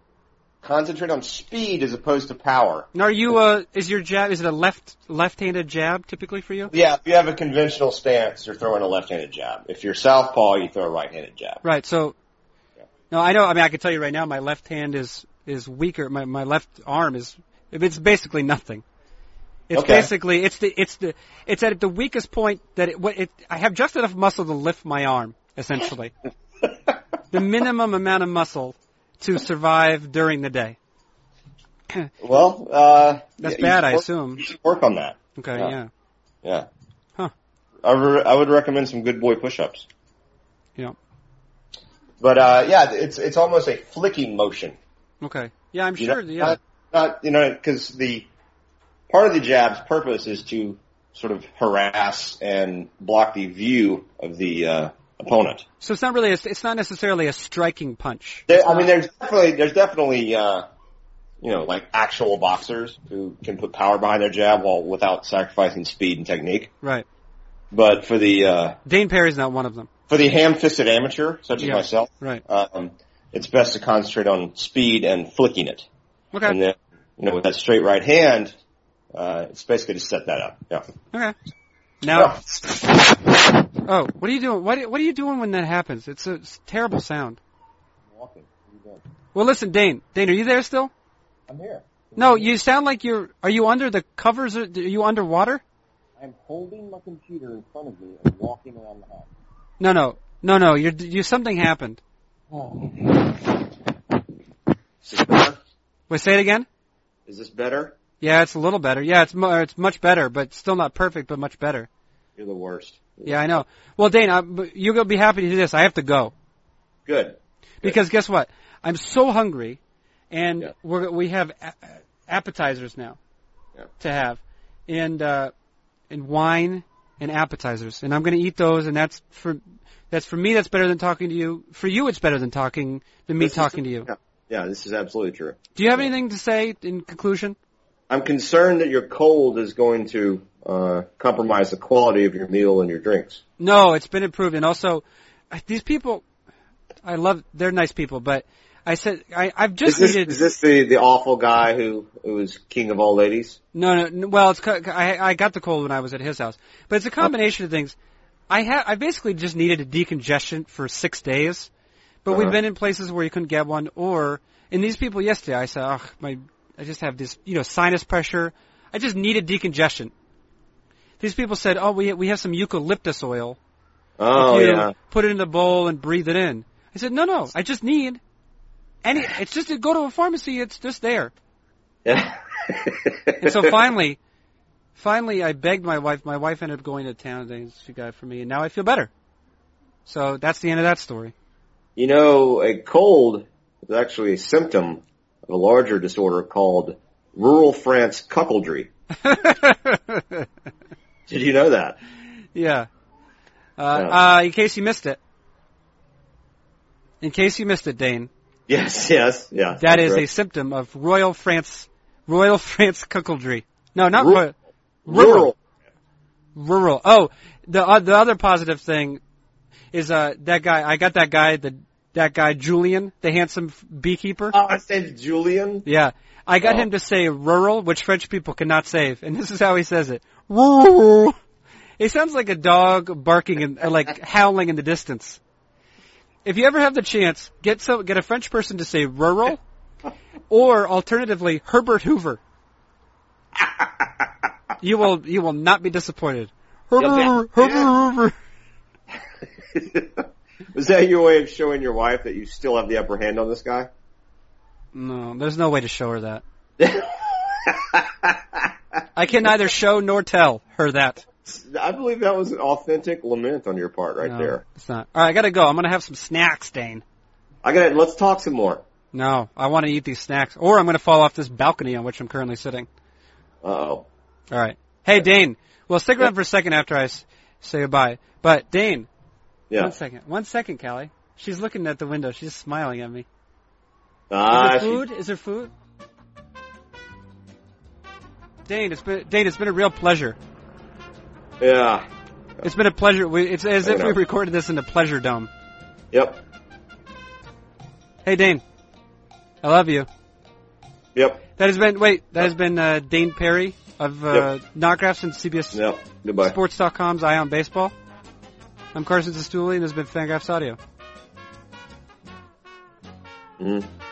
[SPEAKER 2] Concentrate on speed as opposed to power.
[SPEAKER 1] And are you? Uh, is your jab? Is it a left left-handed jab typically for you?
[SPEAKER 2] Yeah, if you have a conventional stance, you're throwing a left-handed jab. If you're southpaw, you throw a right-handed jab.
[SPEAKER 1] Right. So, no, I know. I mean, I can tell you right now, my left hand is is weaker. My my left arm is it's basically nothing. It's
[SPEAKER 2] Okay.
[SPEAKER 1] basically it's the it's the it's at the weakest point that it, what it I have just enough muscle to lift my arm essentially, the minimum amount of muscle to survive during the day.
[SPEAKER 2] Well, uh,
[SPEAKER 1] That's
[SPEAKER 2] yeah, you
[SPEAKER 1] bad,
[SPEAKER 2] should
[SPEAKER 1] I
[SPEAKER 2] work-
[SPEAKER 1] assume.
[SPEAKER 2] You should work on that.
[SPEAKER 1] Okay,
[SPEAKER 2] Yeah.
[SPEAKER 1] yeah,
[SPEAKER 2] Yeah.
[SPEAKER 1] Huh.
[SPEAKER 2] I, re- I would recommend some good boy push-ups.
[SPEAKER 1] Yeah.
[SPEAKER 2] But uh, yeah, it's it's almost a flicking motion.
[SPEAKER 1] okay, yeah. I'm
[SPEAKER 2] You
[SPEAKER 1] sure.
[SPEAKER 2] know,
[SPEAKER 1] yeah,
[SPEAKER 2] Not, not you know because the part of the jab's purpose is to sort of harass and block the view of the uh, opponent.
[SPEAKER 1] so it's not really a, it's not necessarily a striking punch.
[SPEAKER 2] There, I mean, there's definitely there's definitely uh, you know like actual boxers who can put power behind their jab while without sacrificing speed and technique.
[SPEAKER 1] Right.
[SPEAKER 2] But for the uh,
[SPEAKER 1] Dane Perry's not one of them.
[SPEAKER 2] for the ham-fisted amateur such as
[SPEAKER 1] Yeah.
[SPEAKER 2] myself,
[SPEAKER 1] Right.
[SPEAKER 2] um, it's best to concentrate on speed and flicking it,
[SPEAKER 1] Okay.
[SPEAKER 2] and then you know with that straight right hand, uh, it's basically to set that up. Yeah.
[SPEAKER 1] Okay. Now, oh, what are you doing? What, what are you doing when that happens? It's a it's a terrible sound. Well, listen, Dane. Dane, are you there still?
[SPEAKER 2] I'm here.
[SPEAKER 1] No, you sound like you're. Are you under the covers? Or, are you underwater?
[SPEAKER 2] I'm holding my computer in front of me and walking around the house.
[SPEAKER 1] No, no, no, no. You're, you something happened.
[SPEAKER 2] Is this better?
[SPEAKER 1] Wait, say it again.
[SPEAKER 2] Is this better?
[SPEAKER 1] Yeah, it's a little better. Yeah, it's mu- it's much better, but still not perfect, but much better.
[SPEAKER 2] You're the worst.
[SPEAKER 1] Yeah, I know. Well, Dane, I, but you're gonna be happy to do this. I have to go.
[SPEAKER 2] Good.
[SPEAKER 1] Because guess what? I'm so hungry, and
[SPEAKER 2] Yeah.
[SPEAKER 1] we're, we have a- appetizers now
[SPEAKER 2] Yeah.
[SPEAKER 1] to have, and uh, and wine and appetizers, and I'm going to eat those, and that's for that's for me. That's better than talking to you. For you, it's better than talking than me
[SPEAKER 2] This is-
[SPEAKER 1] talking to you.
[SPEAKER 2] Yeah. yeah, this is absolutely true.
[SPEAKER 1] Do you have anything to say in conclusion?
[SPEAKER 2] I'm concerned that your cold is going to uh, compromise the quality of your meal and your drinks.
[SPEAKER 1] No, it's been improved, and also uh, these people, I love. They're nice people, but I said I, I've
[SPEAKER 2] Is
[SPEAKER 1] just
[SPEAKER 2] this,
[SPEAKER 1] needed
[SPEAKER 2] is this the, the awful guy who, who was king of all ladies?
[SPEAKER 1] no, no, no. Well, it's co- I I got the cold when I was at his house, but it's a combination of things. I ha I basically just needed a decongestion for six days, but we've
[SPEAKER 2] Uh-huh.
[SPEAKER 1] been in places where you couldn't get one, or and these people yesterday I said, oh, my, I just have this you know sinus pressure. I just needed decongestion. These people said, oh, we we have some eucalyptus oil.
[SPEAKER 2] Oh
[SPEAKER 1] you
[SPEAKER 2] yeah.
[SPEAKER 1] put it in a bowl and breathe it in. I said, no, no, I just need any. It's just to go to a pharmacy. It's just there.
[SPEAKER 2] Yeah.
[SPEAKER 1] And so finally, finally, I begged my wife. My wife ended up going to town and she got it for me, and now I feel better. So that's the end of that story.
[SPEAKER 2] You know, a cold is actually a symptom of a larger disorder called rural France cuckoldry. Did you know that?
[SPEAKER 1] yeah. Uh,
[SPEAKER 2] Yeah.
[SPEAKER 1] uh, in case you missed it. In case you missed it, Dane,
[SPEAKER 2] Yes, yes, yeah.
[SPEAKER 1] that is a
[SPEAKER 2] right.
[SPEAKER 1] symptom of Royal France, Royal France cuckoldry. No, not
[SPEAKER 2] Ru-
[SPEAKER 1] Royal.
[SPEAKER 2] rural.
[SPEAKER 1] rural. rural. Oh, the uh, the other positive thing is uh that guy. I got that guy. The that guy Julian, the handsome f- beekeeper.
[SPEAKER 2] Oh, I said Julian.
[SPEAKER 1] yeah, I got
[SPEAKER 2] Oh.
[SPEAKER 1] him to say rural, which French people cannot say, and this is how he says it. Rural. It sounds like a dog barking and uh, like howling in the distance. If you ever have the chance, get so get a French person to say rural, or alternatively Herbert Hoover. You will you will not be disappointed. Herbert,
[SPEAKER 2] bet.
[SPEAKER 1] Hoover, Herbert Hoover.
[SPEAKER 2] Was that your way of showing your wife that you still have the upper hand on this guy?
[SPEAKER 1] No, there's no way to show her that. I can neither show nor tell her that.
[SPEAKER 2] I believe that was an authentic lament on your part right
[SPEAKER 1] No,
[SPEAKER 2] there.
[SPEAKER 1] It's not. All right, I gotta go. I'm gonna have some snacks, Dane.
[SPEAKER 2] I got to Let's talk some more.
[SPEAKER 1] No, I want to eat these snacks, or I'm gonna fall off this balcony on which I'm currently sitting.
[SPEAKER 2] Uh oh.
[SPEAKER 1] All right. Hey, Dane. Well, stick around for a second after I s- say goodbye. But Dane,
[SPEAKER 2] Yeah.
[SPEAKER 1] one second, one second, Callie. She's looking at the window. She's smiling at me. Is
[SPEAKER 2] Ah,
[SPEAKER 1] there
[SPEAKER 2] she-
[SPEAKER 1] food? Is there food? Dane, it's been Dane. It's been a real pleasure.
[SPEAKER 2] yeah.
[SPEAKER 1] It's been a pleasure. We, it's as if
[SPEAKER 2] Fair
[SPEAKER 1] we
[SPEAKER 2] enough.
[SPEAKER 1] recorded this in the pleasure dome.
[SPEAKER 2] Yep.
[SPEAKER 1] Hey, Dane. I love you.
[SPEAKER 2] Yep.
[SPEAKER 1] That has been wait. That has been uh, Dane Perry of uh, Knockoffs and CBS
[SPEAKER 2] Yep. Goodbye.
[SPEAKER 1] Sports.com's Eye on Baseball. I'm Carson Sestouli, and this has been Fangraphs Audio.
[SPEAKER 2] Mhm.